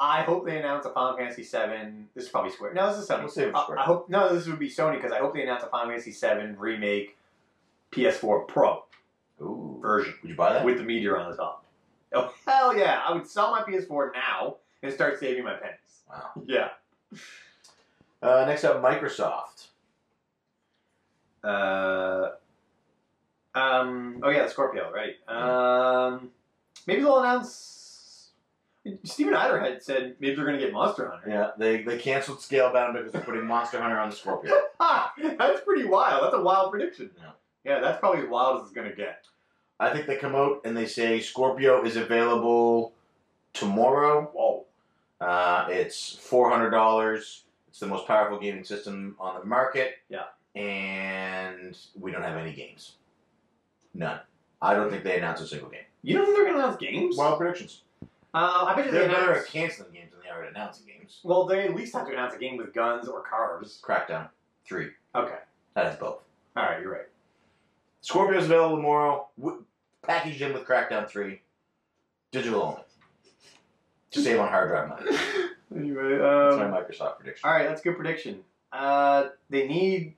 Speaker 2: I hope they announce a Final Fantasy VII. This is probably Square. No, this is Sony.
Speaker 3: We'll save it
Speaker 2: I-
Speaker 3: Square.
Speaker 2: I, hope no, this would be Sony because I hope they announce a Final Fantasy VII remake PS4 Pro uh,
Speaker 3: Ooh.
Speaker 2: version
Speaker 3: Would you buy that?
Speaker 2: with the meteor on the top. Oh hell yeah! I would sell my PS4 now and start saving my pennies.
Speaker 3: Wow.
Speaker 2: Yeah.
Speaker 3: Uh, next up, Microsoft.
Speaker 2: Uh, um, oh yeah, the Scorpio, right? Um, maybe they'll announce. Steven Eider had said maybe they're gonna get Monster Hunter.
Speaker 3: Yeah, they they canceled Scalebound because they're putting Monster Hunter on the
Speaker 2: [LAUGHS]
Speaker 3: Scorpio.
Speaker 2: Ha! [LAUGHS] that's pretty wild. That's a wild prediction.
Speaker 3: Yeah.
Speaker 2: Yeah, that's probably as wild as it's gonna get.
Speaker 3: I think they come out and they say Scorpio is available tomorrow.
Speaker 2: Whoa.
Speaker 3: Uh, it's four hundred dollars. It's the most powerful gaming system on the market.
Speaker 2: Yeah.
Speaker 3: and we don't have any games. None. I don't think they announced a single game.
Speaker 2: You don't think they're gonna announce games?
Speaker 3: Wild predictions.
Speaker 2: uh, I bet you they
Speaker 3: They're better
Speaker 2: announce.
Speaker 3: at canceling games than they are at announcing games.
Speaker 2: Well, they at least have to announce a game with guns or cars.
Speaker 3: Crackdown three.
Speaker 2: Okay.
Speaker 3: That has both.
Speaker 2: All right, you're right.
Speaker 3: Scorpio's available tomorrow. W- packaged in with Crackdown 3. Digital only. To save on hard drive money.
Speaker 2: Anyway,
Speaker 3: That's
Speaker 2: um,
Speaker 3: my Microsoft prediction.
Speaker 2: All right, that's a good prediction. Uh, they need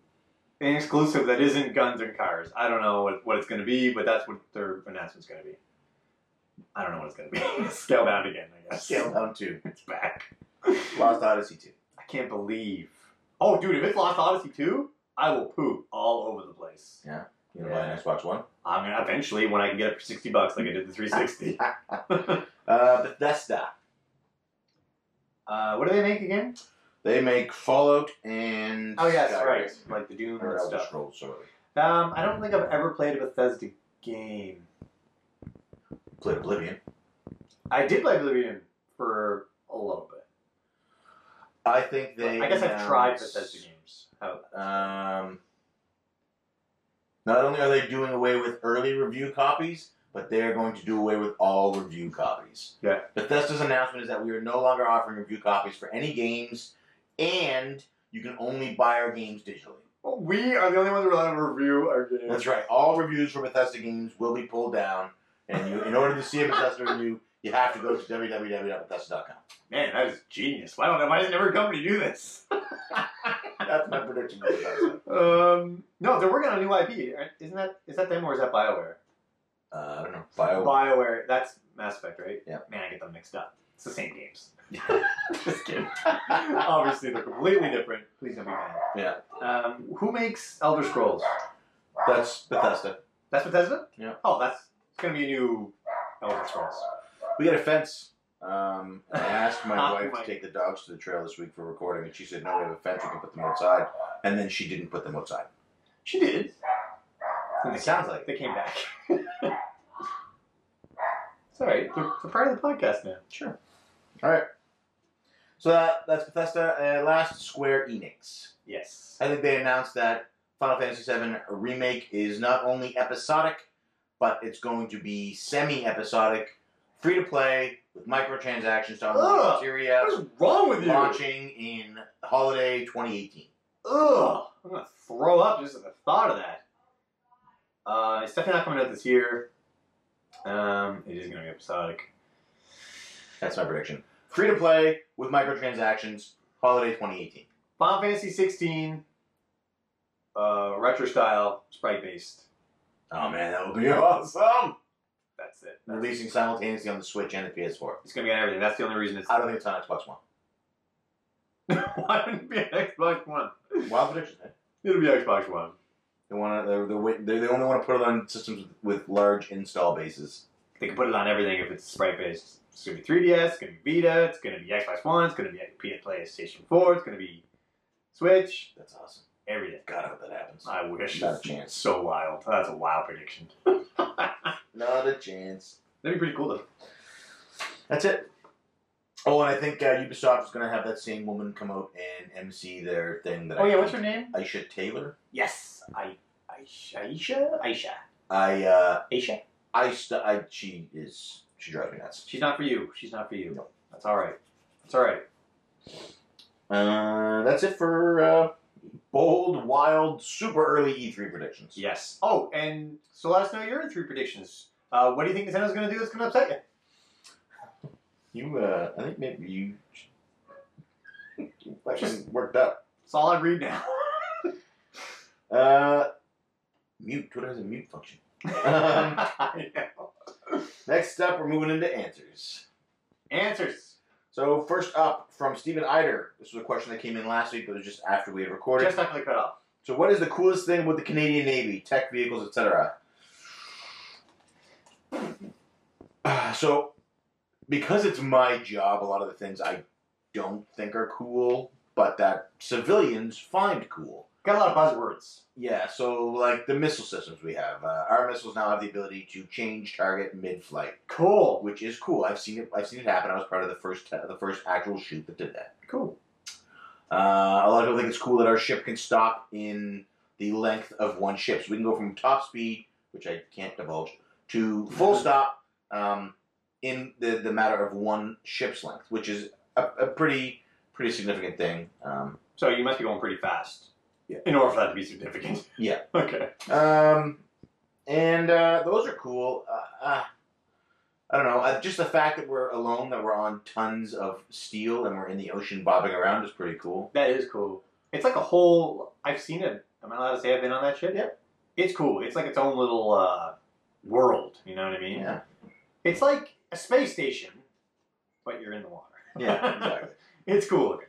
Speaker 2: an exclusive that isn't guns and cars. I don't know what, what it's going to be, but that's what their announcement's going to be. I don't know what it's going to be. [LAUGHS] Scale down again, I guess.
Speaker 3: Scale down 2.
Speaker 2: It's back.
Speaker 3: [LAUGHS] Lost Odyssey 2.
Speaker 2: I can't believe. Oh, dude, if it's Lost Odyssey 2, I will poop all over the place.
Speaker 3: You gonna buy an Xbox One?
Speaker 2: I'm going to eventually, when I can get it for 60 bucks like I did
Speaker 3: [LAUGHS]
Speaker 2: the 360.
Speaker 3: Uh, Bethesda.
Speaker 2: [LAUGHS] uh, what do they make again?
Speaker 3: They make Fallout and.
Speaker 2: Oh, yes,
Speaker 3: Skyrim.
Speaker 2: right. Like the Doom
Speaker 3: Or
Speaker 2: and
Speaker 3: Elder
Speaker 2: stuff.
Speaker 3: Scrolls, sorry.
Speaker 2: Um, I don't think I've ever played a Bethesda game.
Speaker 3: Played Oblivion.
Speaker 2: I did play Oblivion for a little bit.
Speaker 3: I think they.
Speaker 2: I guess I've
Speaker 3: announced-
Speaker 2: tried Bethesda games. Oh,
Speaker 3: Um, not only are they doing away with early review copies, but they are going to do away with all review copies.
Speaker 2: Yeah.
Speaker 3: Bethesda's announcement is that we are no longer offering review copies for any games, and you can only buy our games digitally.
Speaker 2: We are the only ones who are allowed to review our games.
Speaker 3: That's right. All reviews for Bethesda games will be pulled down, and you, in order to see a Bethesda review, you have to go to www.bethesda.com.
Speaker 2: Man, that is genius. Why don't why doesn't every company do this? [LAUGHS]
Speaker 3: That's my prediction for Bethesda.
Speaker 2: Um, no, they're working on a new IP. right? Isn't that is that them or is that Bioware?
Speaker 3: Uh, I don't know. Bio.
Speaker 2: Bioware. That's Mass Effect, right?
Speaker 3: Yeah.
Speaker 2: Man, I get them mixed up. It's the same [LAUGHS] games. Just kidding. [LAUGHS] Obviously, they're completely different. Please don't be mad.
Speaker 3: Yeah.
Speaker 2: Um, who makes Elder Scrolls?
Speaker 3: That's Bethesda.
Speaker 2: That's Bethesda.
Speaker 3: Yeah.
Speaker 2: Oh, that's it's gonna be a new Elder Scrolls.
Speaker 3: We got a fence. Um, I asked my
Speaker 2: Oh
Speaker 3: wife
Speaker 2: my-
Speaker 3: to take the dogs to the trail this week for recording, and she said, "No, we have a fence. We can put them outside." And then she didn't put them outside.
Speaker 2: She did. And
Speaker 3: It sounds like
Speaker 2: they
Speaker 3: [LAUGHS]
Speaker 2: came back. it's all right. They're, they're part of the podcast now.
Speaker 3: Sure. All right. So that, that's Bethesda. Uh, last, Square Enix.
Speaker 2: Yes.
Speaker 3: I think they announced that Final Fantasy VII remake is not only episodic, but it's going to be semi-episodic, free to play with microtransactions to unlock
Speaker 2: Ugh.
Speaker 3: criteria,
Speaker 2: What is wrong with you?
Speaker 3: launching in holiday 2018.
Speaker 2: Ugh, I'm gonna throw up just at the thought of that. Uh, it's definitely not coming out this year. Um, it is gonna be episodic.
Speaker 3: That's my prediction. Free to play with microtransactions, holiday 2018.
Speaker 2: Final Fantasy 16, uh, retro style, sprite based.
Speaker 3: Oh man, that would be [LAUGHS] awesome!
Speaker 2: That's it. That's
Speaker 3: Releasing simultaneously on the Switch and the PS4.
Speaker 2: It's gonna be on everything. That's the only reason it's. [LAUGHS]
Speaker 3: I don't think it's on Xbox One.
Speaker 2: Why wouldn't it be an Xbox One?
Speaker 3: Wild prediction. eh?
Speaker 2: It'll be Xbox One.
Speaker 3: They want to. They're, they're, wait- they they only want to put it on systems with large install bases.
Speaker 2: They can put it on everything if it's sprite based. It's gonna be 3DS. It's gonna be Vita. It's gonna be Xbox One. It's gonna be PS PlayStation 4. It's gonna be Switch.
Speaker 3: That's awesome.
Speaker 2: Everything.
Speaker 3: God, I hope that happens.
Speaker 2: I wish.
Speaker 3: Not a chance.
Speaker 2: So wild. That's a wild prediction. [LAUGHS]
Speaker 3: Not a chance.
Speaker 2: That'd be pretty cool though.
Speaker 3: That's it. Oh, and I think uh, Ubisoft is going to have that same woman come out and MC their thing. That
Speaker 2: Oh
Speaker 3: I
Speaker 2: yeah, what's her name?
Speaker 3: Aisha Taylor.
Speaker 2: Yes, I, Aisha, Aisha, Aisha,
Speaker 3: I uh,
Speaker 2: Aisha.
Speaker 3: I, st- I she is she drives me nuts.
Speaker 2: She's not for you. She's not for you.
Speaker 3: No.
Speaker 2: That's all right. That's all right.
Speaker 3: Uh, that's it for uh, bold, wild, super early E3 predictions.
Speaker 2: Yes. Oh, and so let us know your three predictions. Uh, what do you think Nintendo's going to do that's going to upset you?
Speaker 3: You, uh, I think maybe you. [LAUGHS] you Actually, worked up.
Speaker 2: That's all I read now.
Speaker 3: Uh, mute. Twitter has a mute function. Um,
Speaker 2: I know.
Speaker 3: next up, we're moving into answers.
Speaker 2: [LAUGHS] Answers.
Speaker 3: So first up from Steven Eider. This was a question that came in last week, but it was just after we had recorded.
Speaker 2: Just after the cutoff.
Speaker 3: so what is the coolest thing with the Canadian Navy, tech vehicles, etc.? Ah, [SIGHS] so because it's my job, a lot of the things I don't think are cool, but that civilians find cool.
Speaker 2: Got a lot of buzzwords.
Speaker 3: Yeah, so like the missile systems we have, uh, our missiles now have the ability to change target mid-flight,
Speaker 2: Cool.
Speaker 3: which is cool. I've seen it. I've seen it happen. I was part of the first uh, the first actual shoot that did that.
Speaker 2: Cool.
Speaker 3: Uh, a lot of people think it's cool that our ship can stop in the length of one ship. So we can go from top speed, which I can't divulge, to [LAUGHS] full stop um, in the, the matter of one ship's length, which is a, a pretty pretty significant thing. Um,
Speaker 2: So you must be going pretty fast.
Speaker 3: Yeah.
Speaker 2: In order for that to be significant. [LAUGHS]
Speaker 3: Yeah.
Speaker 2: okay.
Speaker 3: um, and uh, those are cool. Uh, uh, I don't know. Uh, just the fact that we're alone, that we're on tons of steel, and we're in the ocean bobbing around is pretty cool.
Speaker 2: That is cool. It's like a whole. I've seen it. Am I allowed to say I've been on that ship?
Speaker 3: Yeah.
Speaker 2: It's cool. It's like its own little uh, world. You know what I mean?
Speaker 3: Yeah.
Speaker 2: It's like a space station, but you're in the water.
Speaker 3: Yeah, exactly.
Speaker 2: It's cool looking.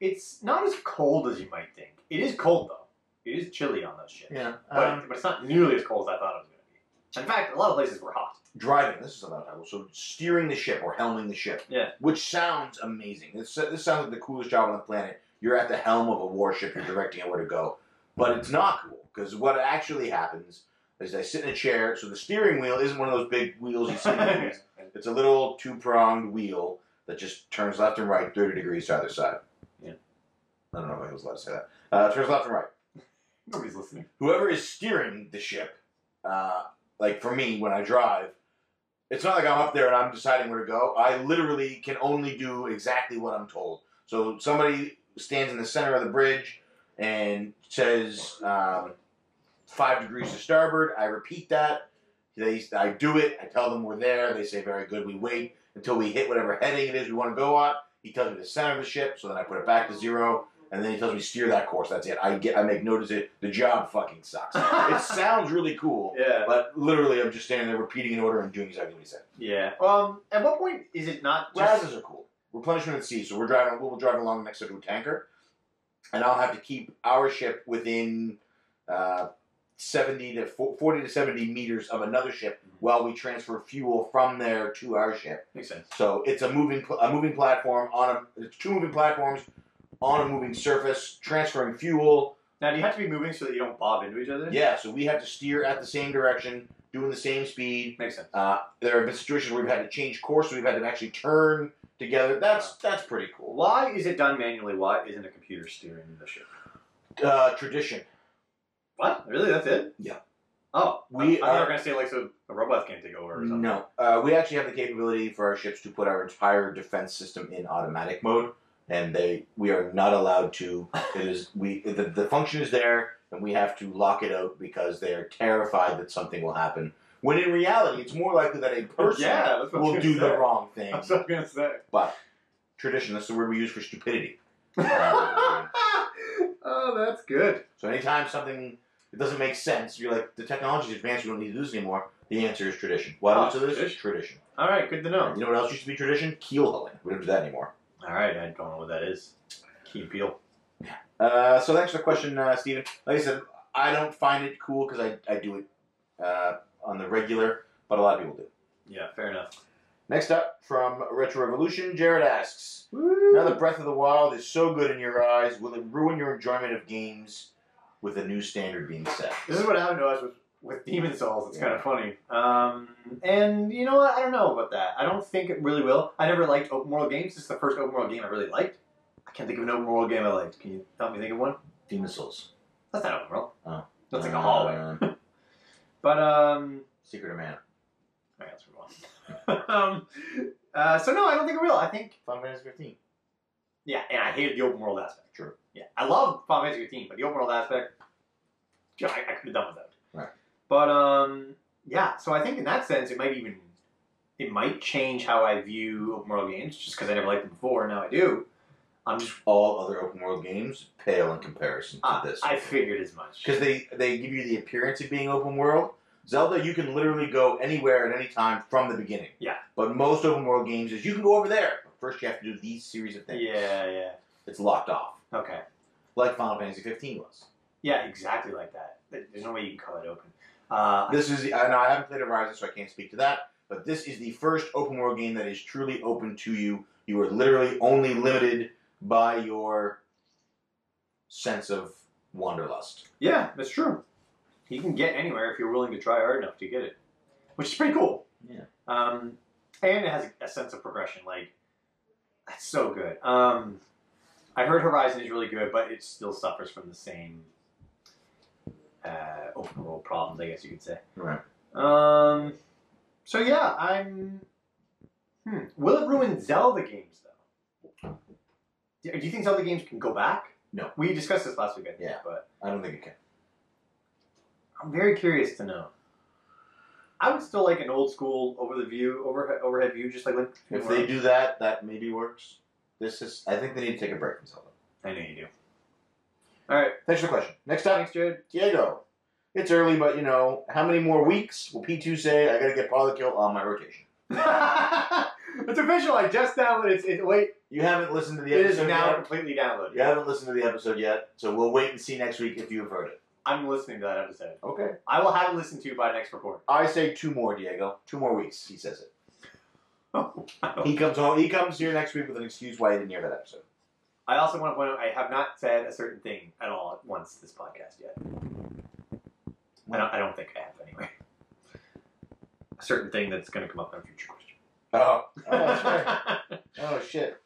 Speaker 2: It's not as cold as you might think. It is cold though. It is chilly on those ships.
Speaker 3: [LAUGHS] yeah.
Speaker 2: But,
Speaker 3: Um,
Speaker 2: but it's not nearly as cold as I thought it was going to be. In fact, a lot of places were hot.
Speaker 3: driving. This is another title. So steering the ship or helming the ship.
Speaker 2: Yeah.
Speaker 3: Which sounds amazing. This, this sounds like the coolest job on the planet. You're at the helm of a warship. You're directing it where to go. But it's not cool because what actually happens is I sit in a chair. So the steering wheel isn't one of those big wheels you see.
Speaker 2: [LAUGHS]
Speaker 3: in movies. it's a little two pronged wheel that just turns left and right 30 degrees to either side.
Speaker 2: Yeah.
Speaker 3: I don't know if I was allowed to say that. Uh, turns left and right
Speaker 2: Nobody's listening.
Speaker 3: whoever is steering the ship, uh, like for me when I drive, it's not like I'm up there and I'm deciding where to go. I literally can only do exactly what I'm told. So somebody stands in the center of the bridge, and says um, five degrees to starboard. I repeat that. They, I do it. I tell them we're there. They say very good. We wait until we hit whatever heading it is we want to go on. He tells me the center of the ship, so then I put it back to zero, and then he tells me steer that course. That's it. I get. I make note of it. The job fucking sucks. it sounds really cool,
Speaker 2: Yeah.
Speaker 3: but literally, I'm just standing there repeating an order and doing exactly what he said.
Speaker 2: Yeah. Um. At what point is it not just?
Speaker 3: Razzes are cool. Replenishment at sea. So we're driving. We'll drive along next to a tanker, and I'll have to keep our ship within uh, seventy to fo- forty to seventy meters of another ship
Speaker 2: Mm-hmm.
Speaker 3: while we transfer fuel from there to our ship.
Speaker 2: Makes sense.
Speaker 3: So it's a moving pl- a moving platform on a it's two moving platforms on a moving surface transferring fuel.
Speaker 2: Now, do you have to be moving so that you don't bob into each other?
Speaker 3: Yeah. So we have to steer at the same direction, doing the same speed.
Speaker 2: Makes sense.
Speaker 3: Uh, there have been situations where we've had to change course, we've had to actually turn together. That's that's pretty cool.
Speaker 2: Why is it done manually? Why isn't a computer steering the ship?
Speaker 3: Uh, tradition.
Speaker 2: What? Really? That's it?
Speaker 3: Yeah.
Speaker 2: Oh,
Speaker 3: We
Speaker 2: I, I thought you
Speaker 3: are-
Speaker 2: were gonna say like so a robot can't take over or something.
Speaker 3: No, uh, we actually have the capability for our ships to put our entire defense system in automatic mode, and they we are not allowed to. It is we the, the function is there, and we have to lock it out because they are terrified that something will happen. When in reality, it's more likely that a person
Speaker 2: yeah, that's what I
Speaker 3: will
Speaker 2: was
Speaker 3: do
Speaker 2: gonna
Speaker 3: the
Speaker 2: say.
Speaker 3: wrong thing.
Speaker 2: [LAUGHS] That's what I was gonna say.
Speaker 3: But tradition, that's the word we use for stupidity.
Speaker 2: [LAUGHS] oh, that's good.
Speaker 3: So anytime something that doesn't make sense, you're like, the technology's advanced, we don't need to do this anymore. The answer is tradition. What
Speaker 2: Ah,
Speaker 3: else is this?
Speaker 2: tradition.
Speaker 3: Oh, Tradition.
Speaker 2: All right, good to know.
Speaker 3: You know what else used to be tradition? Keel hauling. We don't do that anymore.
Speaker 2: All right, I don't know what that is. Key peel.
Speaker 3: Uh, so thanks for the question, uh, Steven. Like I said, I don't find it cool because I, I do it uh, on the regular, but a lot of people do.
Speaker 2: Yeah, fair enough.
Speaker 3: Next up from Retro Revolution, Jared asks, Now the Breath of the Wild is so good in your eyes, will it ruin your enjoyment of games with a new standard being set?
Speaker 2: This is what happened to us with, with Demon Souls. It's
Speaker 3: Yeah.
Speaker 2: kind of funny. Um, and you know what? I don't know about that. I don't think it really will. I never liked open world games. This is the first open world game I really liked. I can't think of an open world game I liked. Can you help me think of one?
Speaker 3: Demon Souls.
Speaker 2: That's not open world.
Speaker 3: Oh.
Speaker 2: That's like
Speaker 3: Uh,
Speaker 2: a hallway. But um,
Speaker 3: Secret of Mana.
Speaker 2: all right, let's move on. [LAUGHS] um, uh, so no, I don't think it will. I think
Speaker 3: Final Fantasy 15.
Speaker 2: yeah, and I hated the open world aspect.
Speaker 3: True.
Speaker 2: Yeah, I love Final Fantasy 15, but the open world aspect, yeah, I, I could have done without.
Speaker 3: Right.
Speaker 2: But um, yeah. So I think in that sense, it might even it might change how I view open world games, just because I never liked them before. Now I do. I'm just
Speaker 3: All other open world games pale in comparison to
Speaker 2: uh,
Speaker 3: this.
Speaker 2: I figured as much.
Speaker 3: Because they, they give you the appearance of being open world. Zelda, you can literally go anywhere at any time from the beginning.
Speaker 2: Yeah.
Speaker 3: But most open world games is you can go over there. But first, you have to do these series of things.
Speaker 2: Yeah, yeah.
Speaker 3: It's locked off.
Speaker 2: Okay.
Speaker 3: Like Final Fantasy 15 was.
Speaker 2: Yeah, exactly like that. There- There's no way you can call it open. Uh,
Speaker 3: This is, the, I know I haven't played Horizon, so I can't speak to that. But this is the first open world game that is truly open to you. You are literally only limited by your sense of wanderlust.
Speaker 2: Yeah, that's true. You can get anywhere if you're willing to try hard enough to get it, which is pretty cool.
Speaker 3: Yeah.
Speaker 2: Um, and it has a, a sense of progression. Like that's so good. Um, I heard Horizon is really good, but it still suffers from the same uh, open world problems, I guess you could say.
Speaker 3: Right.
Speaker 2: Um. So yeah, I'm. Hmm. Will it ruin Zelda games though? Do do you think Zelda games can go back?
Speaker 3: No.
Speaker 2: We discussed this last week, I think.
Speaker 3: Yeah.
Speaker 2: But
Speaker 3: I don't think it can.
Speaker 2: I'm very curious to know. I would still like an old school over the view, overhead, overhead view, just like when
Speaker 3: If they do that, that maybe works. This is. I think they need to take a break from Zelda.
Speaker 2: I know you do. All right, [LAUGHS]
Speaker 3: Thanks for the question. Next up,
Speaker 2: thanks, Jared.
Speaker 3: Diego. It's early, but you know, how many more weeks will P2 say I gotta get Polykill on my rotation?
Speaker 2: it's official. I just downloaded. It's, it, wait,
Speaker 3: You haven't listened to the
Speaker 2: it is
Speaker 3: episode
Speaker 2: now
Speaker 3: yet.
Speaker 2: completely downloaded.
Speaker 3: You haven't listened to the episode yet, so we'll wait and see next week if you've heard it.
Speaker 2: I'm listening to that episode.
Speaker 3: Okay.
Speaker 2: I will have it listened to by next record.
Speaker 3: I say two more, Diego. Two more weeks. He says it.
Speaker 2: Oh,
Speaker 3: He comes home. He comes here next week with an excuse why he didn't hear that episode.
Speaker 2: I also want to point out I have not said a certain thing at all at once this podcast yet. I don't, I don't think I have anyway. A certain thing that's going to come up in a future question.
Speaker 3: Oh. Oh, that's
Speaker 2: [LAUGHS]
Speaker 3: right. oh shit.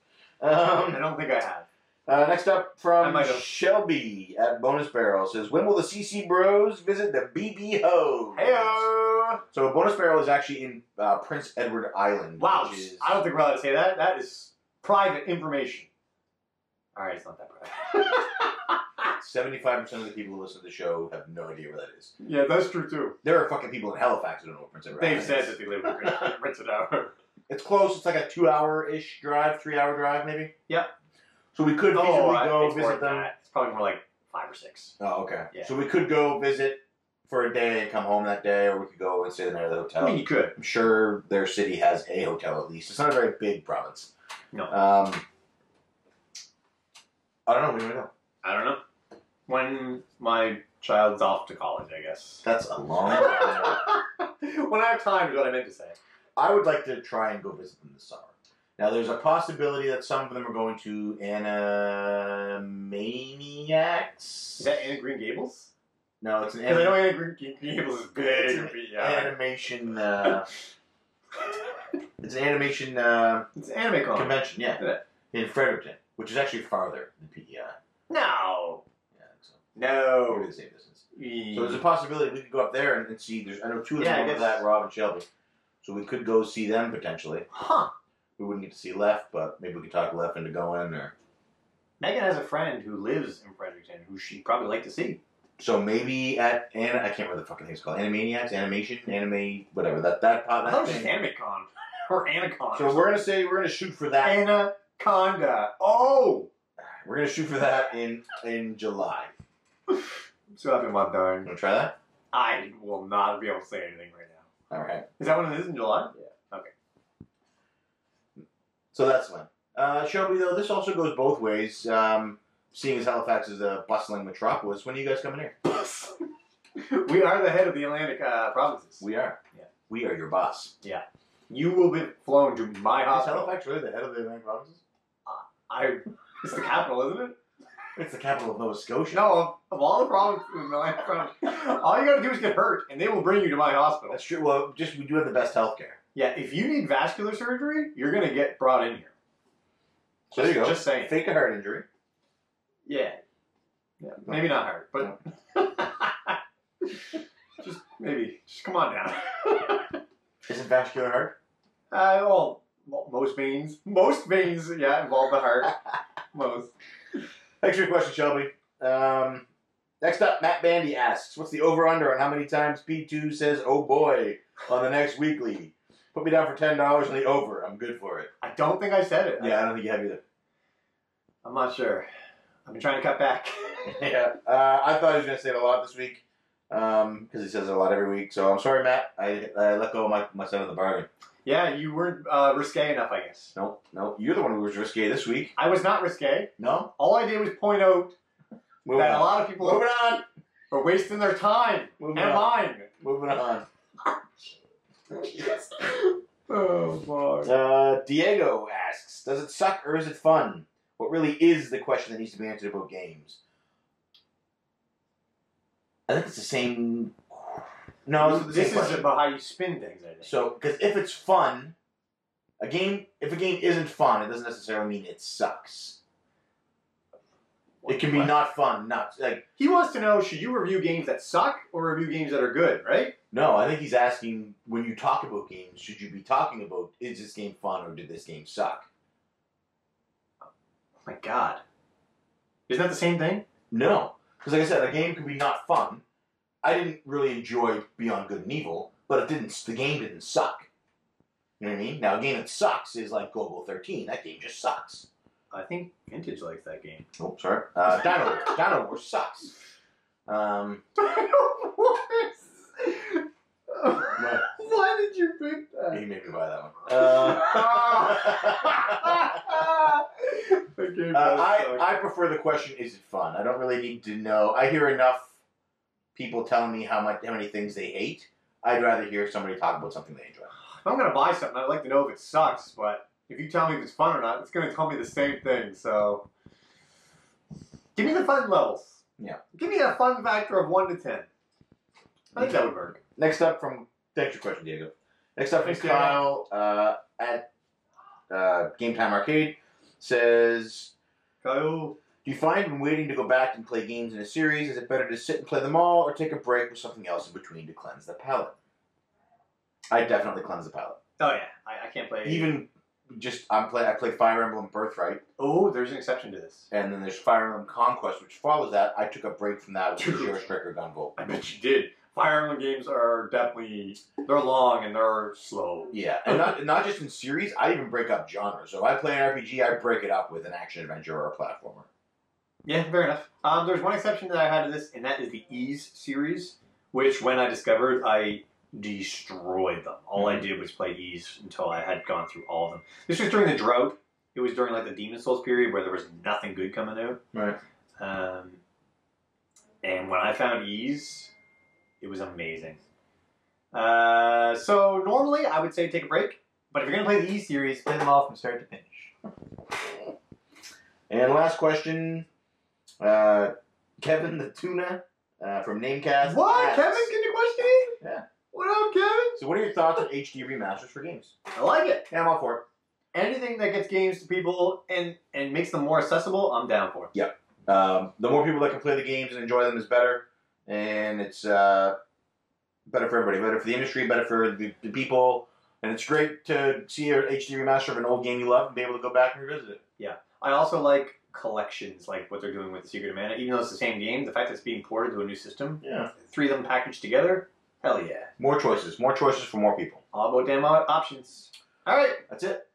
Speaker 3: Um,
Speaker 2: I don't think I have.
Speaker 3: Uh, next up
Speaker 2: I
Speaker 3: from
Speaker 2: might have-
Speaker 3: Shelby at Bonus Barrel says, "When will the CC Bros visit the BB Ho?"
Speaker 2: Heyo!
Speaker 3: So Bonus Barrel is actually in uh, Prince Edward Island.
Speaker 2: Wow,
Speaker 3: which is-
Speaker 2: I don't think we're allowed to say that. That is private information. All right, it's not that private.
Speaker 3: Seventy-five percent of the people who listen to the show have no idea where that is.
Speaker 2: [LAUGHS] Yeah, that's true too.
Speaker 3: There are fucking people in Halifax who don't know where Prince Edward
Speaker 2: They've
Speaker 3: Island
Speaker 2: said
Speaker 3: is.
Speaker 2: that they live in [LAUGHS] Greenwich, rents it out.
Speaker 3: It's close. It's like a two-hour-ish drive, three-hour drive maybe.
Speaker 2: Yep.
Speaker 3: So we could feasibly
Speaker 2: Oh, I-
Speaker 3: go
Speaker 2: it's more
Speaker 3: visit
Speaker 2: than
Speaker 3: them.
Speaker 2: that. It's probably more like five or six.
Speaker 3: Oh, okay.
Speaker 2: Yeah.
Speaker 3: So we could go visit for a day and come home that day, or we could go and stay the night at the hotel.
Speaker 2: I mean, you could.
Speaker 3: I'm sure their city has a hotel at least. It's not a very big province.
Speaker 2: No.
Speaker 3: Um, I don't know. We don't know.
Speaker 2: I don't know. When my child's off to college, I [LAUGHS] guess.
Speaker 3: That's a long.
Speaker 2: when I have time is what I meant to say.
Speaker 3: I would like to try and go visit them this summer. Now, there's a possibility that some of them are going to Animaniacs.
Speaker 2: Is that Anna Green Gables?
Speaker 3: no, it's an
Speaker 2: Because I know
Speaker 3: anim-
Speaker 2: Anna Green Green Gables is big. [LAUGHS] and be- yeah.
Speaker 3: animation. Uh, it's an animation uh,
Speaker 2: It's anime con.
Speaker 3: convention. Yeah,
Speaker 2: Yeah.
Speaker 3: in Fredericton, which is actually farther than PEI. Yeah,
Speaker 2: No.
Speaker 3: so probably
Speaker 2: No.
Speaker 3: the same distance. So there's a possibility we could go up there and, and see. There's I know two of
Speaker 2: Yeah, I
Speaker 3: them over
Speaker 2: guess-
Speaker 3: that, Rob and Shelby. So we could go see them potentially.
Speaker 2: Huh.
Speaker 3: We wouldn't get to see Left, but maybe we could talk Left into going. Or
Speaker 2: Megan has a friend who lives in Fredericton who she'd probably like to see.
Speaker 3: so maybe at Anna, I can't remember the fucking thing it's called. Animaniacs, animation, anime, whatever that that pot.
Speaker 2: I
Speaker 3: That
Speaker 2: thought it was just
Speaker 3: thing.
Speaker 2: anime con. [LAUGHS] or Anacon.
Speaker 3: So we're gonna say we're gonna shoot for that.
Speaker 2: Anaconda. Oh!
Speaker 3: We're gonna shoot for that in in July.
Speaker 2: So happy about
Speaker 3: You
Speaker 2: dying.
Speaker 3: wanna try that?
Speaker 2: I will not be able to say anything right now.
Speaker 3: All right.
Speaker 2: Is that when it is in July?
Speaker 3: So that's when. Uh, Shelby, though, this also goes both ways. Um, seeing as Halifax is a bustling metropolis, when are you guys coming here?
Speaker 2: [LAUGHS] we are the head of the Atlantic uh, provinces.
Speaker 3: We are.
Speaker 2: Yeah.
Speaker 3: We are your boss.
Speaker 2: you will be flown to my
Speaker 3: Is
Speaker 2: hospital.
Speaker 3: Halifax really the head of the Atlantic provinces?
Speaker 2: I, it's the capital, isn't it?
Speaker 3: It's the capital of Nova Scotia.
Speaker 2: No, of, of all the provinces in the Atlantic province, [LAUGHS] all you gotta do is get hurt, and they will bring you to my hospital.
Speaker 3: That's true. Well, just we do have the best healthcare.
Speaker 2: Yeah, if you need vascular surgery, you're gonna get brought in here.
Speaker 3: So there you go.
Speaker 2: Just saying.
Speaker 3: Fake a heart injury.
Speaker 2: Yeah. Yeah, maybe not hard, but [LAUGHS] just maybe. Just come on down.
Speaker 3: Isn't vascular heart?
Speaker 2: Uh, well, mo- most veins, most veins, yeah, involve the [LAUGHS] heart. most.
Speaker 3: Thanks for your question, Shelby. Um, next up, Matt Bandy asks, "What's the over/under on how many times P2 says oh boy on the next weekly?" Put me down for ten dollars on the over. I'm good for it.
Speaker 2: I don't think I said it.
Speaker 3: Yeah, I don't think you have either.
Speaker 2: I'm not sure. I've been trying to cut back. [LAUGHS]
Speaker 3: yeah, uh, I thought he was gonna say it a lot this week because he says it a lot every week. So I'm sorry, Matt. I, I let go of my, my side of the bargain.
Speaker 2: yeah, you weren't uh, risque enough, I guess.
Speaker 3: No, no, you're the one who was risque this week.
Speaker 2: I was not risque.
Speaker 3: No,
Speaker 2: All I did was point out
Speaker 3: moving
Speaker 2: that a
Speaker 3: on.
Speaker 2: lot of people
Speaker 3: Moving on.
Speaker 2: are wasting their time
Speaker 3: Moving
Speaker 2: and
Speaker 3: on.
Speaker 2: mine.
Speaker 3: [LAUGHS] Moving on.
Speaker 2: Oh, boy.
Speaker 3: Uh, Diego asks, "Does it suck or is it fun? What really is the question that needs to be answered about games?" I think it's the same. No, it's the
Speaker 2: this
Speaker 3: same
Speaker 2: is
Speaker 3: question.
Speaker 2: about how you spin things, I think.
Speaker 3: So, because if it's fun, a game if a game isn't fun, it doesn't necessarily mean it sucks. It can be not fun, not like
Speaker 2: He wants to know should you review games that suck or review games that are good, right?
Speaker 3: no. I think he's asking when you talk about games, should you be talking about is this game fun or did this game suck?
Speaker 2: Oh my god. Isn't that the same thing?
Speaker 3: No, because like I said, a game can be not fun. I didn't really enjoy Beyond Good and Evil, but it didn't. The game didn't suck. You know what I mean? Now, a game that sucks is like Global Thirteen. That game just sucks.
Speaker 2: I think Vintage likes that game. [LAUGHS]
Speaker 3: Oh, sorry. Uh, Dino Wars. Dino Wars sucks. Um, but
Speaker 2: [LAUGHS] Why did you pick
Speaker 3: he
Speaker 2: that?
Speaker 3: made me buy that one.
Speaker 2: [LAUGHS]
Speaker 3: Uh, [LAUGHS]
Speaker 2: that game
Speaker 3: uh,
Speaker 2: does
Speaker 3: I,
Speaker 2: suck.
Speaker 3: I prefer the question, is it fun? I don't really need to know. I hear enough people telling me how much how many things they hate. I'd rather hear somebody talk about something they enjoy.
Speaker 2: If I'm gonna buy something, I'd like to know if it sucks, but if you tell me if it's fun or not, it's gonna tell me the same thing, so. Give me the fun levels.
Speaker 3: Yeah.
Speaker 2: Give me a fun factor of 1 to 10. I think that would work.
Speaker 3: Next up from thanks for your question, Diego. Next up from
Speaker 2: Thanks, Diego.
Speaker 3: Kyle uh, at uh, Game Time Arcade says,
Speaker 2: Kyle.
Speaker 3: "Do you find when waiting to go back and play games in a series, is it better to sit and play them all, or take a break with something else in between to cleanse the palate?" I definitely cleanse the palate.
Speaker 2: Oh, yeah. I, I can't play.
Speaker 3: Even just I'm play I play Fire Emblem Birthright,
Speaker 2: Oh, there's an exception to this.
Speaker 3: and then there's Fire Emblem Conquest, which follows that. I took a break from that
Speaker 2: [LAUGHS]
Speaker 3: with Zero Striker Gunvolt.
Speaker 2: I bet you did. Fire Emblem games are definitely they're long and they're slow.
Speaker 3: Yeah, and not not just in series. I even break up genres. So if I play an RPG, I break it up with an action adventure or a platformer.
Speaker 2: Yeah, fair enough. Um, there's one exception that I had to this, and that is the Ease series, which when I discovered, I destroyed them. All I did was play Ease until I had gone through all of them. This was during the drought. It was during like the Demon Souls period where there was nothing good coming out.
Speaker 3: Right.
Speaker 2: Um, and when I found ease, it was amazing. Uh, so normally I would say take a break, but if you're gonna play the E series, play them all from start to finish.
Speaker 3: And last question, uh, Kevin the Tuna uh, from Namecast.
Speaker 2: What,
Speaker 3: asks-
Speaker 2: Kevin? Can you question?
Speaker 3: Yeah.
Speaker 2: What up, Kevin?
Speaker 3: So what are your thoughts on HD remasters for games?
Speaker 2: I like it.
Speaker 3: Yeah, I'm all for
Speaker 2: Anything that gets games to people and and makes them more accessible, I'm down for.
Speaker 3: it. Um, the more people that can play the games and enjoy them is better, and it's uh, better for everybody, better for the industry, better for the, the people, and it's great to see a HD remaster of an old game you love and be able to go back and revisit it.
Speaker 2: I also like collections, like what they're doing with Secret of Mana. Even though it's the same game, the fact that it's being ported to a new system,
Speaker 3: Yeah.
Speaker 2: three of them packaged together, hell yeah.
Speaker 3: More choices, more choices for more people.
Speaker 2: All about damn op- options. All right.
Speaker 3: That's it.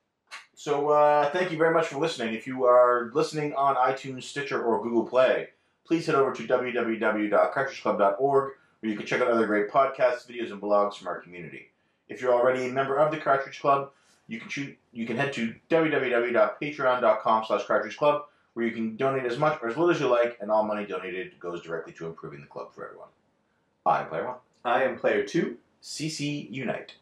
Speaker 3: So uh, thank you very much for listening. If you are listening on iTunes, Stitcher, or Google Play, please head over to www.cartridgeclub.org where you can check out other great podcasts, videos, and blogs from our community. If you're already a member of the Cartridge Club, you can choose, you can head to www.patreon.com slash cartridge club where you can donate as much or as little as you like, and all money donated goes directly to improving the club for everyone. I'm Player One.
Speaker 2: I am player two.
Speaker 3: CC Unite.